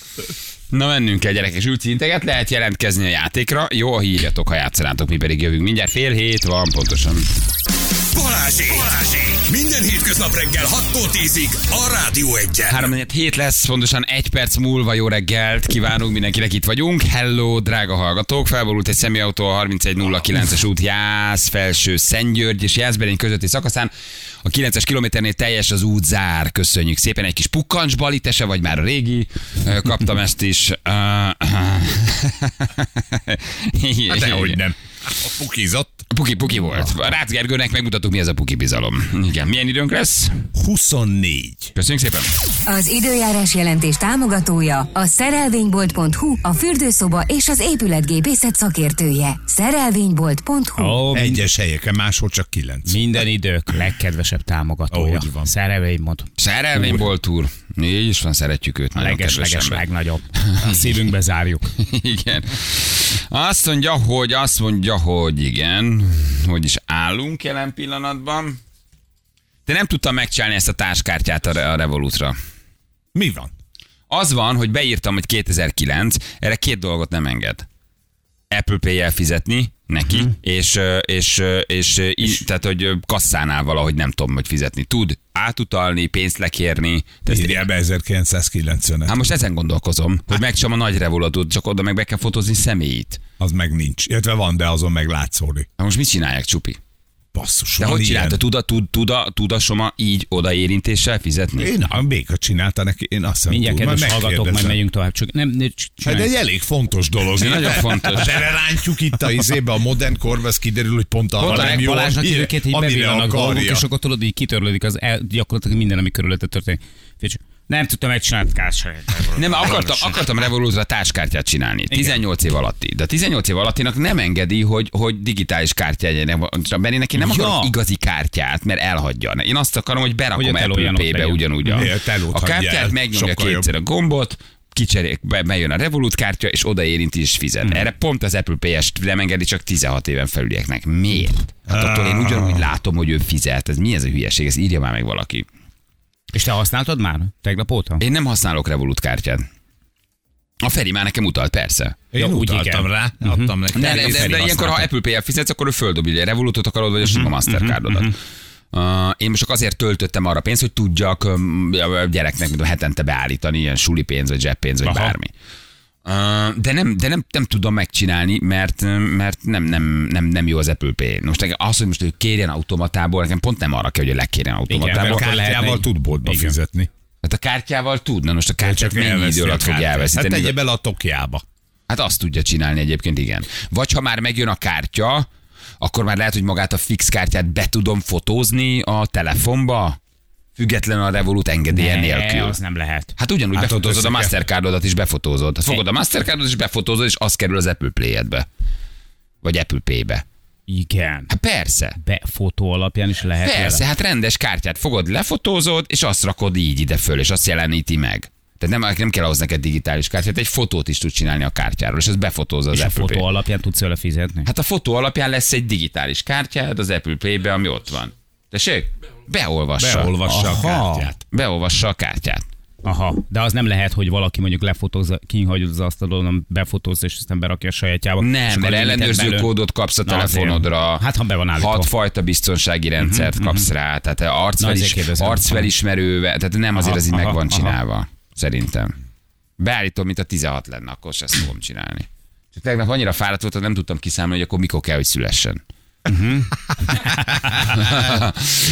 [SPEAKER 2] Na mennünk kell gyerek, és úgy integet lehet jelentkezni a játékra. Jó, ha írjatok, ha játszanátok, mi pedig jövünk mindjárt. Fél hét van pontosan.
[SPEAKER 1] Balázsi! Balázsi! Minden hétköznap reggel 6-tól 10-ig a Rádió 1
[SPEAKER 2] Három negyed hét lesz, pontosan egy perc múlva jó reggelt kívánunk mindenkinek, itt vagyunk. Hello, drága hallgatók! Felborult egy személyautó a 3109-es út Jász, Felső, Szentgyörgy és Jászberény közötti szakaszán. A 9-es kilométernél teljes az út zár. Köszönjük szépen. Egy kis pukkancs balitese, vagy már a régi. Ö, Kaptam ezt is.
[SPEAKER 3] Hát dehogy nem. Pukizott.
[SPEAKER 2] Puki, puki volt. Rácz Gergőnek megmutatuk, mi ez a puki bizalom. Igen, milyen időnk lesz?
[SPEAKER 3] 24.
[SPEAKER 2] Köszönjük szépen.
[SPEAKER 5] Az időjárás jelentés támogatója a szerelvénybolt.hu, a fürdőszoba és az épületgépészet szakértője. Szerelvénybolt.hu
[SPEAKER 4] Ó, mind,
[SPEAKER 3] Egyes helyeken, máshol csak 9.
[SPEAKER 4] minden idők legkedvesebb támogatója.
[SPEAKER 3] Ahogy van.
[SPEAKER 4] Szerelvény mond.
[SPEAKER 2] Szerelmény volt úr. Így is van, szeretjük őt. nagyon kedves
[SPEAKER 4] leges-leges
[SPEAKER 2] ember.
[SPEAKER 4] legnagyobb. A szívünkbe zárjuk.
[SPEAKER 2] Igen. Azt mondja, hogy azt mondja, hogy igen, hogy is állunk jelen pillanatban. De nem tudtam megcsinálni ezt a táskártyát a, Re- a Revolutra.
[SPEAKER 3] Mi van?
[SPEAKER 2] Az van, hogy beírtam, hogy 2009, erre két dolgot nem enged. Apple Pay-jel fizetni neki, mm. és, ö, és, ö, és, és, és, tehát, hogy ö, kasszánál valahogy nem tudom, hogy fizetni. Tud átutalni, pénzt lekérni. De ezt
[SPEAKER 3] Írjál be 1990-et.
[SPEAKER 2] Hát most ezen gondolkozom, hogy megcsom a nagy revolatot, csak oda meg be kell fotózni személyit.
[SPEAKER 3] Az meg nincs. Illetve van, de azon meg látszódik.
[SPEAKER 2] Hát most mit csinálják, Csupi?
[SPEAKER 3] Basszus,
[SPEAKER 2] De
[SPEAKER 3] van
[SPEAKER 2] hogy
[SPEAKER 3] ilyen.
[SPEAKER 2] csinálta? Tuda, tud, tuda, tudasoma így odaérintéssel fizetni?
[SPEAKER 3] Én a Béka csinálta neki, én azt hiszem,
[SPEAKER 4] Mindjárt
[SPEAKER 3] tudom,
[SPEAKER 4] kedves hallgatók, majd
[SPEAKER 3] megkérdezem.
[SPEAKER 4] megyünk tovább. Csak nem, ne,
[SPEAKER 3] Hát
[SPEAKER 4] csinálj.
[SPEAKER 3] egy elég fontos dolog.
[SPEAKER 2] Ez nagyon fontos.
[SPEAKER 3] Ha belerántjuk itt a izébe, a modern korba, ez kiderül, hogy pont
[SPEAKER 2] Pont
[SPEAKER 3] arra
[SPEAKER 2] a
[SPEAKER 3] nem jó,
[SPEAKER 4] Balázsnak
[SPEAKER 3] amire-
[SPEAKER 4] időként így
[SPEAKER 3] amire
[SPEAKER 4] bevillanak dolgok,
[SPEAKER 3] akarja.
[SPEAKER 4] és akkor tudod, így kitörlődik az el, gyakorlatilag minden, ami körülötte történik. Figyelj csak, Nem tudtam megcsinálni a társadalat.
[SPEAKER 2] Nem, akartam, akartam Revolutra táskártyát csinálni. 18 év alatti. De a 18 év alattinak nem engedi, hogy, hogy digitális kártya legyen. Mert én neki nem
[SPEAKER 4] Ja.
[SPEAKER 2] akarok igazi kártyát, mert elhagyja. Én azt akarom, hogy berakom
[SPEAKER 4] Hogy a
[SPEAKER 2] hogy
[SPEAKER 4] teló
[SPEAKER 2] Apple
[SPEAKER 4] olyan ott
[SPEAKER 2] Pay-be
[SPEAKER 4] legyen.
[SPEAKER 2] ugyanúgy. A,
[SPEAKER 3] Miért? Telót
[SPEAKER 2] a
[SPEAKER 3] hagyja el.
[SPEAKER 2] kártyát megnyomja
[SPEAKER 3] Sokkal
[SPEAKER 2] kétszer a gombot, kicserék, be, bejön a Revolut kártya, és odaérinti és fizet. Erre pont az Apple Pay-est nem engedi csak 16 éven felülieknek. Miért? Hát attól én ugyanúgy látom, hogy ő fizet. Ez mi ez a hülyeség? Ez írja már meg valaki.
[SPEAKER 4] És te használtad már? Tegnap óta?
[SPEAKER 2] Én nem használok Revolut kártyát. A Feri már nekem utalt, persze.
[SPEAKER 3] Én
[SPEAKER 4] Ja, úgy
[SPEAKER 3] utaltam
[SPEAKER 4] igen.
[SPEAKER 3] rá, adtam neki.
[SPEAKER 2] Mhm. De, de,
[SPEAKER 3] Én
[SPEAKER 2] de,
[SPEAKER 3] Feri
[SPEAKER 2] de ilyenkor, ha
[SPEAKER 3] használtam.
[SPEAKER 2] Apple Pay-el fizetsz, akkor ő földobja, ugye Revolutot akarod, vagy a sima
[SPEAKER 4] Mhm,
[SPEAKER 2] Mastercardodat. Uh, én most csak azért töltöttem arra pénzt, hogy tudjak um, a gyereknek mondom, hetente beállítani ilyen suli pénz, vagy zseppénz, vagy
[SPEAKER 4] Aha.
[SPEAKER 2] bármi. Uh, de nem, de nem, nem tudom megcsinálni, mert, mert nem, nem, nem, nem jó az Apple Pay. Most nekem az, hogy most ő kérjen automatából, nekem pont nem arra kell, hogy ő lekérjen
[SPEAKER 4] Igen,
[SPEAKER 2] automatából.
[SPEAKER 4] mert
[SPEAKER 2] Igen,
[SPEAKER 4] lehetne
[SPEAKER 3] Kártyával
[SPEAKER 4] így-
[SPEAKER 3] tud boltba
[SPEAKER 4] Igen.
[SPEAKER 3] fizetni.
[SPEAKER 2] hát a kártyával tudna, most a kártyát mennyi
[SPEAKER 3] elveszi
[SPEAKER 2] idő
[SPEAKER 3] a
[SPEAKER 2] alatt fogja
[SPEAKER 3] kártyát.
[SPEAKER 2] elveszíteni.
[SPEAKER 3] Hát tegye bele a tokjába.
[SPEAKER 2] Hát azt tudja csinálni egyébként, igen. Vagy ha már megjön a kártya, akkor már lehet, hogy magát a fix kártyát be tudom fotózni a telefonba, független a Revolut engedélye nélkül.
[SPEAKER 4] az nem lehet.
[SPEAKER 2] Hát ugyanúgy
[SPEAKER 3] Hát ott
[SPEAKER 2] befotózod a
[SPEAKER 3] össze kell.
[SPEAKER 2] Mastercardodat is befotózod. Hát fogod a Mastercardot is befotózod, és az kerül az Apple Play-edbe. Vagy Apple Pay-be.
[SPEAKER 4] Igen.
[SPEAKER 2] Hát persze.
[SPEAKER 4] Be, fotó alapján is lehet.
[SPEAKER 2] Persze, hát rendes kártyát fogod, lefotózod, és azt rakod így ide föl, és azt jeleníti meg. Tehát nem, nem kell ahhoz neked digitális kártyát, egy fotót is tud csinálni a kártyáról, és az befotózza az
[SPEAKER 4] És a
[SPEAKER 2] Apple Pay.
[SPEAKER 4] fotó alapján tudsz vele fizetni.
[SPEAKER 2] Hát a fotó alapján lesz egy digitális kártyád az Apple Pay-be, ami ott van. Tessék? Beolvassa. Hát,
[SPEAKER 3] Beolvassa a
[SPEAKER 4] Aha.
[SPEAKER 3] kártyát.
[SPEAKER 2] Beolvassa a kártyát.
[SPEAKER 4] Aha, de az nem lehet, hogy valaki mondjuk lefotózza, kihagyod az asztalon, hanem befotózza, és aztán berakja a sajátjába. és
[SPEAKER 2] Nem,
[SPEAKER 4] akkor
[SPEAKER 2] mert
[SPEAKER 4] limited
[SPEAKER 2] ellenőrző
[SPEAKER 4] belőle.
[SPEAKER 2] kódot kapsz a
[SPEAKER 4] Na, azért.
[SPEAKER 2] telefonodra.
[SPEAKER 4] Hát, ha be van állítva. Mhm,
[SPEAKER 2] Hat fajta biztonsági rendszert kapsz rá, tehát
[SPEAKER 4] Na,
[SPEAKER 2] arcfelis,
[SPEAKER 4] ezért kérdezem.
[SPEAKER 2] arcfelismerővel, tehát nem azért
[SPEAKER 4] Aha,
[SPEAKER 2] ez így meg
[SPEAKER 4] aha,
[SPEAKER 2] van
[SPEAKER 4] aha.
[SPEAKER 2] csinálva, szerintem. Beállítom, mint a 16 lenne, akkor se ezt fogom csinálni. Csak tegnap annyira fáradt voltam, nem tudtam kiszámolni, hogy akkor mikor kell, hogy szülessen.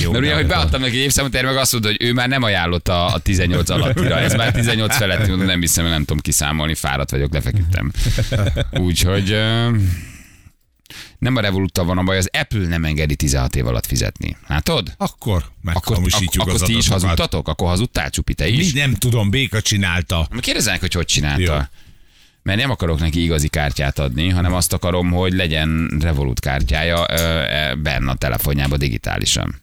[SPEAKER 2] Jó, Mert ugye, hogy beadtam neki egy évszámot, erre meg azt mondta, hogy ő már nem ajánlott a, a 18 alattira, ez már 18 feletti, mondom, nem hiszem, nem tudom kiszámolni, fáradt vagyok, lefeküdtem. Úgyhogy ö, nem a Revolutta van a baj, az Apple nem engedi 16 év alatt fizetni. Látod?
[SPEAKER 3] Akkor
[SPEAKER 2] Akkor, ak-
[SPEAKER 3] megkamisítjuk
[SPEAKER 2] akkor
[SPEAKER 3] az
[SPEAKER 2] ti is
[SPEAKER 3] adatokat.
[SPEAKER 2] hazudtatok? Akkor hazudtál, Csupi, te
[SPEAKER 3] Mi
[SPEAKER 2] is?
[SPEAKER 3] nem tudom, Béka csinálta.
[SPEAKER 2] Kérdezzenek, hogy hogy
[SPEAKER 3] Jó.
[SPEAKER 2] csinálta. Mert nem akarok neki igazi kártyát adni, hanem azt akarom, hogy legyen Revolut kártyája ö, ö, benne a telefonjában digitálisan.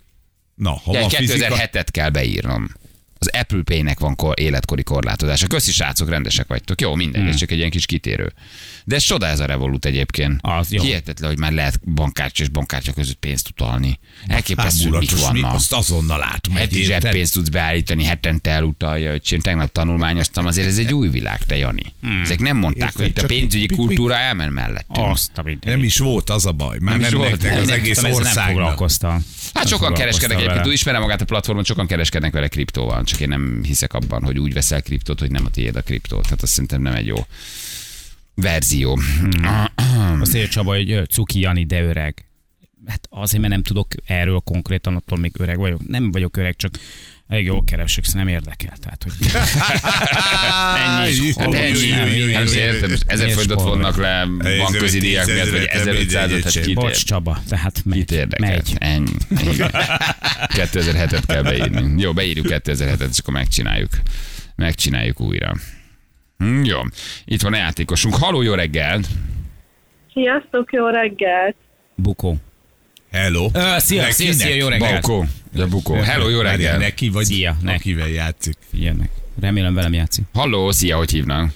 [SPEAKER 3] Na, ha
[SPEAKER 2] Ja,
[SPEAKER 3] van fizika,
[SPEAKER 2] 2007-et kell beírnom. Az Apple Pay-nek van kor, életkori korlátozása. Köszi srácok, rendesek vagytok. Jó, mindegy, hmm. ez csak egy ilyen kis kitérő. De ez csoda ez a Revolut egyébként.
[SPEAKER 4] Az jó.
[SPEAKER 2] Hihetetlen, hogy már lehet bankkártya és bankkártya között pénzt utalni. Elképesztő, hogy mik
[SPEAKER 3] ámulatos, hát mi
[SPEAKER 2] vannak.
[SPEAKER 3] azt azonnal átmegy.
[SPEAKER 2] Heti
[SPEAKER 3] érted?
[SPEAKER 2] zseppénzt tudsz beállítani, hetente elutalja, öcsém, tegnap tanulmányoztam, azért ez egy új világ, te Jani. Ezek nem mondták,
[SPEAKER 3] Érted,
[SPEAKER 2] hogy a
[SPEAKER 3] csak
[SPEAKER 2] pénzügyi
[SPEAKER 3] mi- mi-
[SPEAKER 2] kultúra elmen mellettünk.
[SPEAKER 4] Azt a mindenit.
[SPEAKER 3] Nem is volt az a baj. Már
[SPEAKER 2] Nem is
[SPEAKER 3] nem,
[SPEAKER 2] volt,
[SPEAKER 3] nektek
[SPEAKER 2] nem,
[SPEAKER 3] az
[SPEAKER 2] nem
[SPEAKER 3] egész
[SPEAKER 4] Tudom, ez nem
[SPEAKER 3] országnak.
[SPEAKER 4] foglalkozta. Nem
[SPEAKER 2] Hát sokan
[SPEAKER 4] foglalkozta
[SPEAKER 2] kereskednek
[SPEAKER 4] vele.
[SPEAKER 2] egyébként, ismerem magát a platformon, sokan kereskednek vele kriptóval, csak én nem hiszek abban, hogy úgy veszel kriptót, hogy nem a tiéd a kriptó. Tehát azt szerintem nem egy jó verzió.
[SPEAKER 4] Azt írja Csaba, hogy ö, Cuki Jani, de öreg. Hát azért, mert nem tudok erről konkrétan, attól még öreg vagyok. Nem vagyok öreg, csak elég jól keresek, szóval nem érdekel. Tehát, hogy ennyi is.
[SPEAKER 2] Hát
[SPEAKER 4] Hol-
[SPEAKER 2] ennyi,
[SPEAKER 4] Nem,
[SPEAKER 2] ennyi,
[SPEAKER 4] nem,
[SPEAKER 2] hát
[SPEAKER 4] nem.
[SPEAKER 2] érted, most ezer
[SPEAKER 4] Miért
[SPEAKER 2] forintot
[SPEAKER 4] spórolj?
[SPEAKER 2] vonnak le bankközi díjak miatt, vagy 1500-ot, hát kit
[SPEAKER 4] Bocs, Csaba, tehát
[SPEAKER 2] Kit
[SPEAKER 4] megy.
[SPEAKER 2] érdekel?
[SPEAKER 4] megy.
[SPEAKER 2] Ennyi. Igen. 2007-et kell beírni. Jó, beírjuk 2007-et, és akkor megcsináljuk. Megcsináljuk újra. Hm, jó. Itt van a játékosunk. Haló, jó reggelt!
[SPEAKER 6] Sziasztok, jó reggelt!
[SPEAKER 4] Bukó.
[SPEAKER 3] Hello.
[SPEAKER 4] Ö, szia,
[SPEAKER 3] De
[SPEAKER 4] szia,
[SPEAKER 3] kinek?
[SPEAKER 4] szia, jó reggelt.
[SPEAKER 2] Baukó. Ja, Bukó. Hello, jó
[SPEAKER 3] Várjál,
[SPEAKER 2] reggelt!
[SPEAKER 3] Neki vagy
[SPEAKER 4] Szia, neki.
[SPEAKER 3] akivel játszik.
[SPEAKER 4] Figyelnek. Remélem velem játszik.
[SPEAKER 2] Halló, szia, hogy hívnak?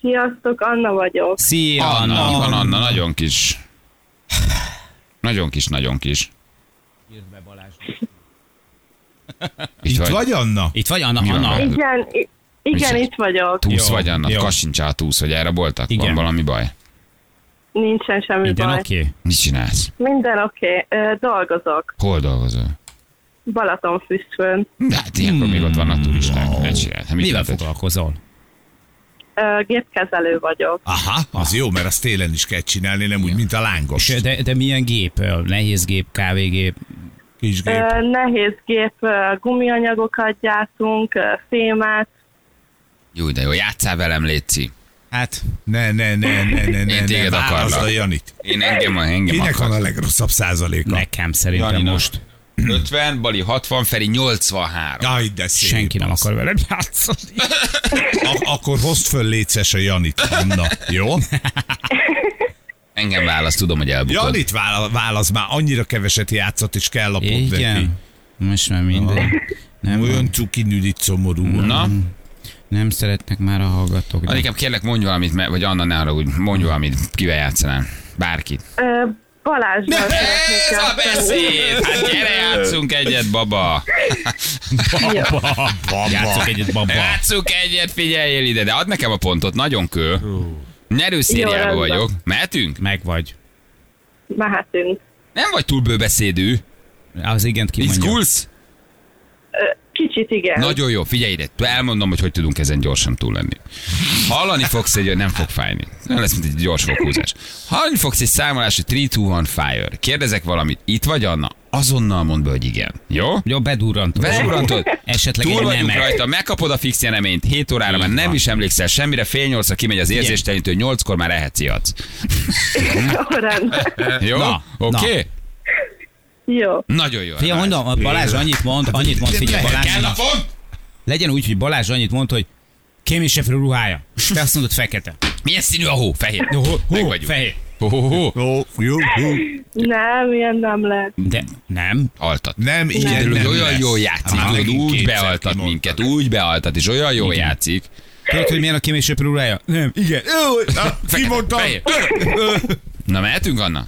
[SPEAKER 6] Sziasztok, Anna vagyok.
[SPEAKER 4] Szia,
[SPEAKER 2] Anna,
[SPEAKER 4] Anna.
[SPEAKER 2] itt van Anna, nagyon kis. Nagyon kis, nagyon kis. Itt
[SPEAKER 3] Itt vagy, Anna?
[SPEAKER 4] Itt vagy, Anna?
[SPEAKER 2] Mi van
[SPEAKER 4] Anna.
[SPEAKER 2] veled?
[SPEAKER 6] Igen, i- igen,
[SPEAKER 2] Viszont-
[SPEAKER 6] itt vagyok.
[SPEAKER 2] Túsz
[SPEAKER 4] Jó,
[SPEAKER 2] vagy, Anna?
[SPEAKER 4] jó.
[SPEAKER 2] Kassincsá túsz, hogy erre voltak? Van
[SPEAKER 4] Igen.
[SPEAKER 2] valami baj?
[SPEAKER 6] Nincsen semmi
[SPEAKER 4] Minden
[SPEAKER 6] baj.
[SPEAKER 4] oké? Okay.
[SPEAKER 2] Mit csinálsz?
[SPEAKER 6] Minden oké. Okay. Dolgozok.
[SPEAKER 2] Hol dolgozol?
[SPEAKER 6] Balatonfüstfön.
[SPEAKER 2] De hát ilyenkor még ott vannak turisták. Wow. Ne csinálj. Hát mit
[SPEAKER 4] Mivel
[SPEAKER 2] tetted?
[SPEAKER 4] foglalkozol?
[SPEAKER 6] Ö, Gépkezelő vagyok.
[SPEAKER 3] Aha, az jó, mert azt télen is kell csinálni, nem úgy, mint a lángos.
[SPEAKER 4] És De, de milyen gép? Ö, Nehéz gép, kávégép?
[SPEAKER 3] Kis gép.
[SPEAKER 6] Ö, Nehéz gép, ö, gumianyagokat gyártunk, ö, fémet.
[SPEAKER 2] Jó, de jó, játszál velem, Léci.
[SPEAKER 4] Hát,
[SPEAKER 3] Ne, ne, ne, ne, ne, ne,
[SPEAKER 2] Én
[SPEAKER 3] ne,
[SPEAKER 2] téged
[SPEAKER 3] válaszd
[SPEAKER 2] akarlak.
[SPEAKER 3] a Janit.
[SPEAKER 2] Én engem, engem
[SPEAKER 3] Kinek van
[SPEAKER 2] akar.
[SPEAKER 3] a legrosszabb százaléka?
[SPEAKER 4] nekem szerintem
[SPEAKER 2] Jani, na.
[SPEAKER 4] most
[SPEAKER 2] 50, Bali 60, Feri 83.
[SPEAKER 3] Jaj, de szép.
[SPEAKER 4] senki nem
[SPEAKER 3] az.
[SPEAKER 4] akar velem játszani.
[SPEAKER 3] A- akkor hozd föl létszes a Janit, Anna. Jó?
[SPEAKER 2] Engem választ, tudom, hogy elbukod.
[SPEAKER 3] Janit vála- válasz már, annyira keveset játszott, és kell a pont neki.
[SPEAKER 4] Igen. Most már minden. Nem,
[SPEAKER 3] Olyan cuki nülit szomorú.
[SPEAKER 2] Na,
[SPEAKER 4] nem szeretnek már a hallgatók. de-
[SPEAKER 2] Anikám, kérlek, mondj valamit, mert- vagy Anna, ne arra úgy, mondj valamit, kivel játszanál. Bárkit.
[SPEAKER 6] Ö, Balázsnak szeretnék
[SPEAKER 2] Ez a
[SPEAKER 6] játszani.
[SPEAKER 2] beszéd! Hát gyere, játszunk egyet, baba!
[SPEAKER 4] Játszok egyet, baba.
[SPEAKER 2] Játszunk egyet, figyeljél ide, de add nekem a pontot, nagyon kő. Nyerő szériába
[SPEAKER 6] rendben.
[SPEAKER 2] vagyok. Mehetünk?
[SPEAKER 4] Meg vagy.
[SPEAKER 6] Mehetünk.
[SPEAKER 2] Nem vagy túl bőbeszédű.
[SPEAKER 4] Az igent kimondja.
[SPEAKER 2] Izgulsz?
[SPEAKER 6] Ö, Kicsit igen.
[SPEAKER 2] Nagyon jó, figyelj ide. Elmondom, hogy hogy tudunk ezen gyorsan túl lenni. Hallani fogsz egy, nem fog fájni. Nem lesz, mint egy gyors foghúzás. Hallani fogsz egy számolás, hogy 3, 2, 1, fire. Kérdezek valamit, itt vagy Anna? Azonnal mondd be, hogy igen. Jó?
[SPEAKER 4] Jó, bedurrantod.
[SPEAKER 2] Bezsugrantod?
[SPEAKER 4] Esetleg
[SPEAKER 2] Túl
[SPEAKER 4] egy
[SPEAKER 2] vagyunk
[SPEAKER 4] nemet.
[SPEAKER 2] rajta, megkapod a fix jeleményt, 7 órára már
[SPEAKER 4] Így
[SPEAKER 2] nem
[SPEAKER 4] van.
[SPEAKER 2] is emlékszel semmire, fél nyolcra kimegy az érzéstelenítő, nyolckor már ehetsz jadsz.
[SPEAKER 6] Jó, rendben.
[SPEAKER 2] Jó?
[SPEAKER 4] Na,
[SPEAKER 2] Oké? Okay?
[SPEAKER 6] Jó.
[SPEAKER 2] Nagyon jó.
[SPEAKER 4] Figyelj, mondom, a Balázs annyit mond, annyit mond, figyelj,
[SPEAKER 2] Kell a
[SPEAKER 4] Balázs,
[SPEAKER 2] font?
[SPEAKER 4] legyen úgy, hogy Balázs annyit mond, hogy Kémi Sefrő ruhája. Te azt mondod fekete.
[SPEAKER 2] Milyen színű a hó? Fehér.
[SPEAKER 4] Jó, hó,
[SPEAKER 2] Meg
[SPEAKER 4] hó,
[SPEAKER 2] vagyunk.
[SPEAKER 4] fehér.
[SPEAKER 2] Hó, hó, hó.
[SPEAKER 3] Ó, jó, jó.
[SPEAKER 6] Nem, ilyen nem lehet.
[SPEAKER 4] De nem.
[SPEAKER 2] Altat.
[SPEAKER 3] Nem, ilyen
[SPEAKER 2] Kiderül,
[SPEAKER 3] nem
[SPEAKER 2] hogy olyan
[SPEAKER 3] lesz.
[SPEAKER 2] jól játszik,
[SPEAKER 3] Már
[SPEAKER 2] tudod,
[SPEAKER 3] megint
[SPEAKER 2] úgy
[SPEAKER 3] kétszer
[SPEAKER 2] bealtat
[SPEAKER 3] kimondtad.
[SPEAKER 2] minket, úgy bealtat, és olyan jól játszik.
[SPEAKER 4] Tudod, hogy milyen a Kémi Sefrő ruhája? Nem, igen.
[SPEAKER 3] Jó, na,
[SPEAKER 2] Fekete,
[SPEAKER 3] Kimondtam.
[SPEAKER 2] fehér. Na, mehetünk, Anna?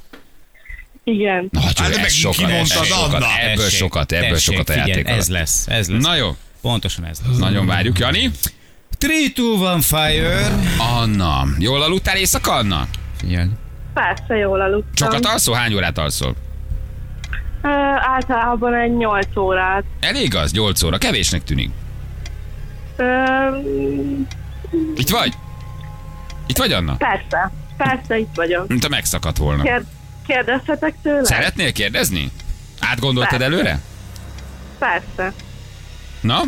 [SPEAKER 6] Igen.
[SPEAKER 2] Na, hát,
[SPEAKER 3] Hát,
[SPEAKER 2] jó,
[SPEAKER 3] de
[SPEAKER 2] ez
[SPEAKER 3] megint
[SPEAKER 2] sokat, ez
[SPEAKER 3] kimondtad,
[SPEAKER 2] sokat,
[SPEAKER 3] Anna.
[SPEAKER 2] ebből
[SPEAKER 4] Tessék,
[SPEAKER 2] sokat, ebből
[SPEAKER 4] tessék,
[SPEAKER 2] sokat a
[SPEAKER 4] figyelj,
[SPEAKER 2] játék
[SPEAKER 4] Ez
[SPEAKER 2] alatt.
[SPEAKER 4] lesz, ez lesz.
[SPEAKER 2] Na jó,
[SPEAKER 4] Pontosan ez lesz.
[SPEAKER 2] nagyon várjuk, Jani.
[SPEAKER 4] 3, 2, 1, fire.
[SPEAKER 2] Anna, jól aludtál éjszaka, Anna?
[SPEAKER 4] Figyelj.
[SPEAKER 6] Persze, jól aludtam.
[SPEAKER 2] Sokat alszol? Hány órát alszol?
[SPEAKER 6] Ö, általában egy 8 órát.
[SPEAKER 2] Elég az, 8 óra, kevésnek tűnik.
[SPEAKER 6] Ö,
[SPEAKER 2] Itt vagy? Itt vagy, Anna?
[SPEAKER 6] persze. Persze, itt vagyok.
[SPEAKER 2] Mint a megszakadt volna.
[SPEAKER 6] Kér- kérdezhetek tőle?
[SPEAKER 2] Szeretnél kérdezni? Átgondoltad előre?
[SPEAKER 6] Persze.
[SPEAKER 2] Na?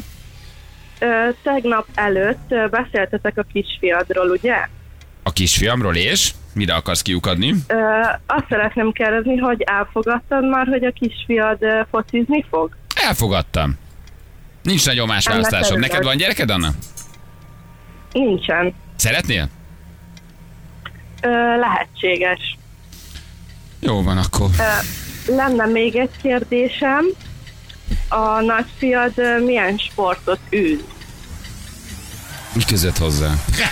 [SPEAKER 6] Ö, tegnap előtt ö, beszéltetek a kisfiadról, ugye?
[SPEAKER 2] A kisfiamról és? Mire akarsz kiukadni?
[SPEAKER 6] Ö, azt szeretném kérdezni, hogy elfogadtad már, hogy a kisfiad ö, focizni fog?
[SPEAKER 2] Elfogadtam. Nincs nagyon más
[SPEAKER 6] Annak
[SPEAKER 2] választásom.
[SPEAKER 6] örülök.
[SPEAKER 2] Neked van gyereked, Anna?
[SPEAKER 6] Nincsen.
[SPEAKER 2] Szeretnél?
[SPEAKER 6] Ö, lehetséges.
[SPEAKER 2] Jó van akkor.
[SPEAKER 6] Lenne még egy kérdésem. A nagyfiad ö, milyen sportot űz?
[SPEAKER 2] Mi között hozzá?
[SPEAKER 3] Jaj,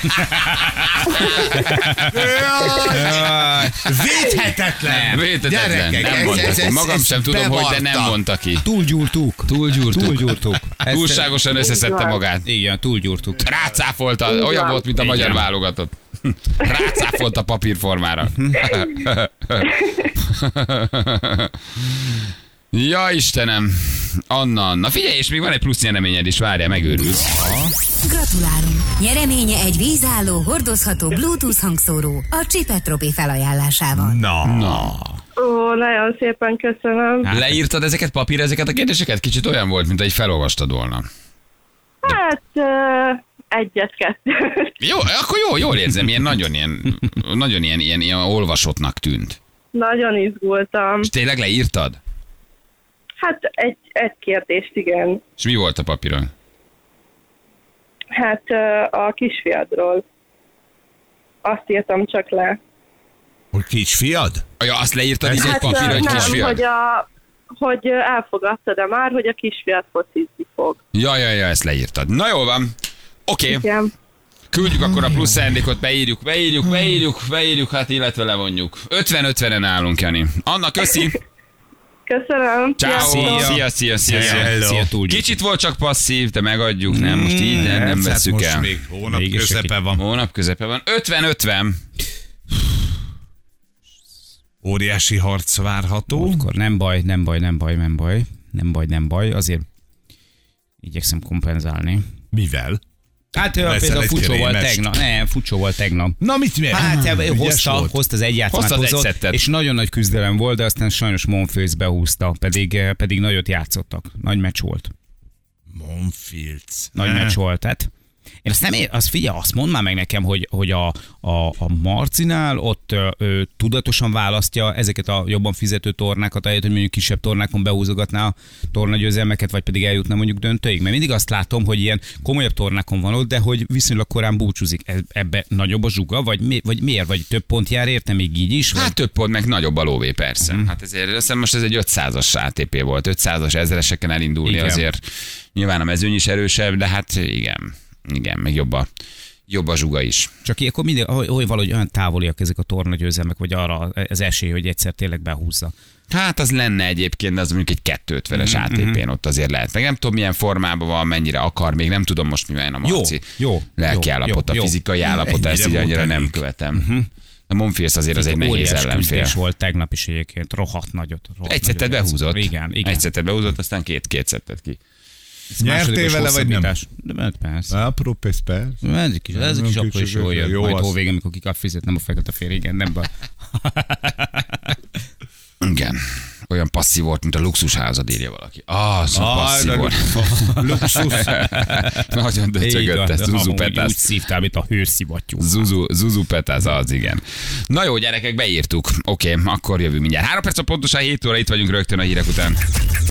[SPEAKER 3] Védhetetlen.
[SPEAKER 2] Vétetetlen.
[SPEAKER 3] Gyerekek,
[SPEAKER 2] Nem
[SPEAKER 3] ez-
[SPEAKER 2] mondta
[SPEAKER 3] ez-
[SPEAKER 2] ki.
[SPEAKER 3] ez-
[SPEAKER 2] Magam
[SPEAKER 3] ez
[SPEAKER 2] sem tudom, hogy de nem
[SPEAKER 3] bevarta.
[SPEAKER 2] mondta ki.
[SPEAKER 4] Túlgyúrtuk.
[SPEAKER 2] Túlgyúrtuk.
[SPEAKER 4] Túlgyúrtuk. Ezt-
[SPEAKER 2] Túlságosan összeszedte
[SPEAKER 6] van.
[SPEAKER 2] magát.
[SPEAKER 4] Igen, túlgyúrtuk.
[SPEAKER 2] Rácáfolta,
[SPEAKER 6] Így
[SPEAKER 2] olyan
[SPEAKER 6] van.
[SPEAKER 2] volt, mint a
[SPEAKER 4] Így
[SPEAKER 2] magyar
[SPEAKER 4] van.
[SPEAKER 2] válogatott. Rácáfolta papírformára. ja, Istenem. Anna, Anna. Figyelj, és még van egy plusz nyereményed is, várjál, megőrülsz.
[SPEAKER 5] Gratulálunk! Nyereménye egy vízálló, hordozható Bluetooth hangszóró a Csipetropi felajánlásával.
[SPEAKER 3] Na. Na.
[SPEAKER 6] Ó, nagyon szépen köszönöm.
[SPEAKER 2] Leírtad ezeket papír, ezeket a kérdéseket? Kicsit olyan volt, mint egy felolvastad volna.
[SPEAKER 6] Hát ö, egyet-kettőt.
[SPEAKER 2] Jó, akkor jó, jól érzem, ilyen nagyon ilyen, nagyon ilyen, ilyen, ilyen olvasottnak tűnt.
[SPEAKER 6] Nagyon izgultam.
[SPEAKER 2] És tényleg leírtad?
[SPEAKER 6] Hát egy, egy kérdést, igen.
[SPEAKER 2] És mi volt a papíron?
[SPEAKER 6] Hát ö, a kisfiadról. Azt írtam csak le.
[SPEAKER 3] Hogy kisfiad?
[SPEAKER 2] Ja, azt leírtad így egy
[SPEAKER 6] Hát ö,
[SPEAKER 2] papír, hogy
[SPEAKER 6] nem,
[SPEAKER 2] kisfiad?
[SPEAKER 6] hogy, a, hogy ö, elfogadta-e már, hogy a kisfiad focizni fog.
[SPEAKER 2] Ja, ja, ja, ezt leírtad. Na jó van. Oké, okay.
[SPEAKER 6] Igen.
[SPEAKER 2] küldjük akkor a plusz ajándékot, beírjuk, beírjuk, beírjuk, beírjuk, hát illetve levonjuk. 50-50-en állunk, Jani. Anna, köszi.
[SPEAKER 6] Köszönöm.
[SPEAKER 2] Ciao.
[SPEAKER 6] Sziasztok.
[SPEAKER 2] Szia, szia, szia, szia. szia.
[SPEAKER 3] Hello.
[SPEAKER 4] Szia, túlgyúrtuk.
[SPEAKER 2] Kicsit volt csak passzív, de megadjuk, nem, most így nem, nem
[SPEAKER 3] Hát
[SPEAKER 2] veszük
[SPEAKER 3] most
[SPEAKER 2] el.
[SPEAKER 3] még hónap
[SPEAKER 4] Mégis
[SPEAKER 3] közepe van.
[SPEAKER 2] Hónap közepe van. 50-50.
[SPEAKER 3] Óriási harc várható.
[SPEAKER 4] Akkor nem baj, nem baj, nem baj, nem baj, nem baj, nem baj, azért igyekszem kompenzálni.
[SPEAKER 3] Mivel?
[SPEAKER 4] Hát ő a
[SPEAKER 3] Leszel
[SPEAKER 4] például
[SPEAKER 3] egy
[SPEAKER 4] fucsó volt
[SPEAKER 3] krémest.
[SPEAKER 4] tegnap. Nem, fucsó volt tegnap.
[SPEAKER 3] Na mit miért?
[SPEAKER 4] Hát
[SPEAKER 3] Hmm,
[SPEAKER 4] ő
[SPEAKER 3] ügyes
[SPEAKER 4] hozta,
[SPEAKER 3] volt.
[SPEAKER 4] hozta az egy játszmát,
[SPEAKER 2] Hozta az egy
[SPEAKER 4] hozott,
[SPEAKER 2] szettet.
[SPEAKER 4] és nagyon nagy küzdelem volt, de aztán sajnos Monfils behúzta, pedig, eh, pedig nagyot játszottak. Nagy meccs volt.
[SPEAKER 3] Monfields.
[SPEAKER 4] Nagy meccs volt. Tehát én azt nem ér, azt figyelj, azt mondd már meg nekem, hogy, hogy a, a, a Marcinál ott ö, ö, tudatosan választja ezeket a jobban fizető tornákat, ahelyett, hogy mondjuk kisebb tornákon behúzogatná a tornagyőzelmeket, vagy pedig eljutna mondjuk döntőig. Mert mindig azt látom, hogy ilyen komolyabb tornákon van ott, de hogy viszonylag korán búcsúzik. Ez- Ebbe nagyobb a zsuga, vagy, mi, vagy miért? Vagy több pont jár érte még így is? Vagy?
[SPEAKER 2] Hát több pont, meg nagyobb a lóvé, persze. Mm. Hát ezért azt hiszem most ez egy 500-as ATP volt. 500-as ezereseken elindulni igen.
[SPEAKER 4] Igen.
[SPEAKER 2] azért. Nyilván a mezőny is erősebb, de hát igen, igen, meg jobb a, jobb a zsuga is.
[SPEAKER 4] Csak ilyenkor mindig, oly, oly valahogy olyan távoliak ezek a tornagyőzelmek, vagy arra az esély, hogy egyszer tényleg behúzza.
[SPEAKER 2] Hát az lenne egyébként, de az mondjuk egy 250-es
[SPEAKER 4] Mhm,
[SPEAKER 2] ATP-n ott azért lehet. Meg nem tudom, milyen formában van, mennyire akar, még nem tudom most, milyen a
[SPEAKER 4] Jó,
[SPEAKER 2] Marci
[SPEAKER 4] jó,
[SPEAKER 2] lelki
[SPEAKER 4] jó,
[SPEAKER 2] állapota,
[SPEAKER 4] jó, jó.
[SPEAKER 2] fizikai állapota, ezt így
[SPEAKER 3] Ennyire
[SPEAKER 2] annyira nem
[SPEAKER 3] botanik.
[SPEAKER 2] követem. A Monfils azért az egy nehéz
[SPEAKER 4] Mhm. Óriás
[SPEAKER 2] ellenfél.
[SPEAKER 4] küzdés volt tegnap is egyébként, rohadt nagyot. Rohadt
[SPEAKER 2] Egy szettet
[SPEAKER 4] nagyot játszott.
[SPEAKER 2] behúzott.
[SPEAKER 4] Igen, igen.
[SPEAKER 2] Egy szettet behúzott, aztán két-két szettet ki.
[SPEAKER 4] Ez másodikos
[SPEAKER 3] Nyertél vele, vagy nem?
[SPEAKER 4] hosszabbítás. De ment persze.
[SPEAKER 3] Apró pénz, persze.
[SPEAKER 4] Ez egy kis, ez egy kis
[SPEAKER 3] Nem,
[SPEAKER 4] apró is
[SPEAKER 3] kicsit
[SPEAKER 4] jól jön.
[SPEAKER 3] jó
[SPEAKER 4] Majd
[SPEAKER 3] az.
[SPEAKER 4] hóvégén, amikor ki kap fizet, nem a fekete fér, igen, nem baj.
[SPEAKER 2] Igen. Olyan passzív volt, mint a luxusházad, írja valaki. Ah, az ah, passzív
[SPEAKER 3] de
[SPEAKER 2] volt.
[SPEAKER 3] luxus.
[SPEAKER 2] Nagyon döcögött ez, Zuzu
[SPEAKER 4] amúgy Úgy
[SPEAKER 2] Petász.
[SPEAKER 4] szívtál, mint a hőszivattyú.
[SPEAKER 2] Zuzu, Zuzu Petász, az igen. Na jó, gyerekek, beírtuk. Oké, okay, akkor jövő mindjárt. Három perc a pontosan 7 óra, itt vagyunk rögtön a hírek után.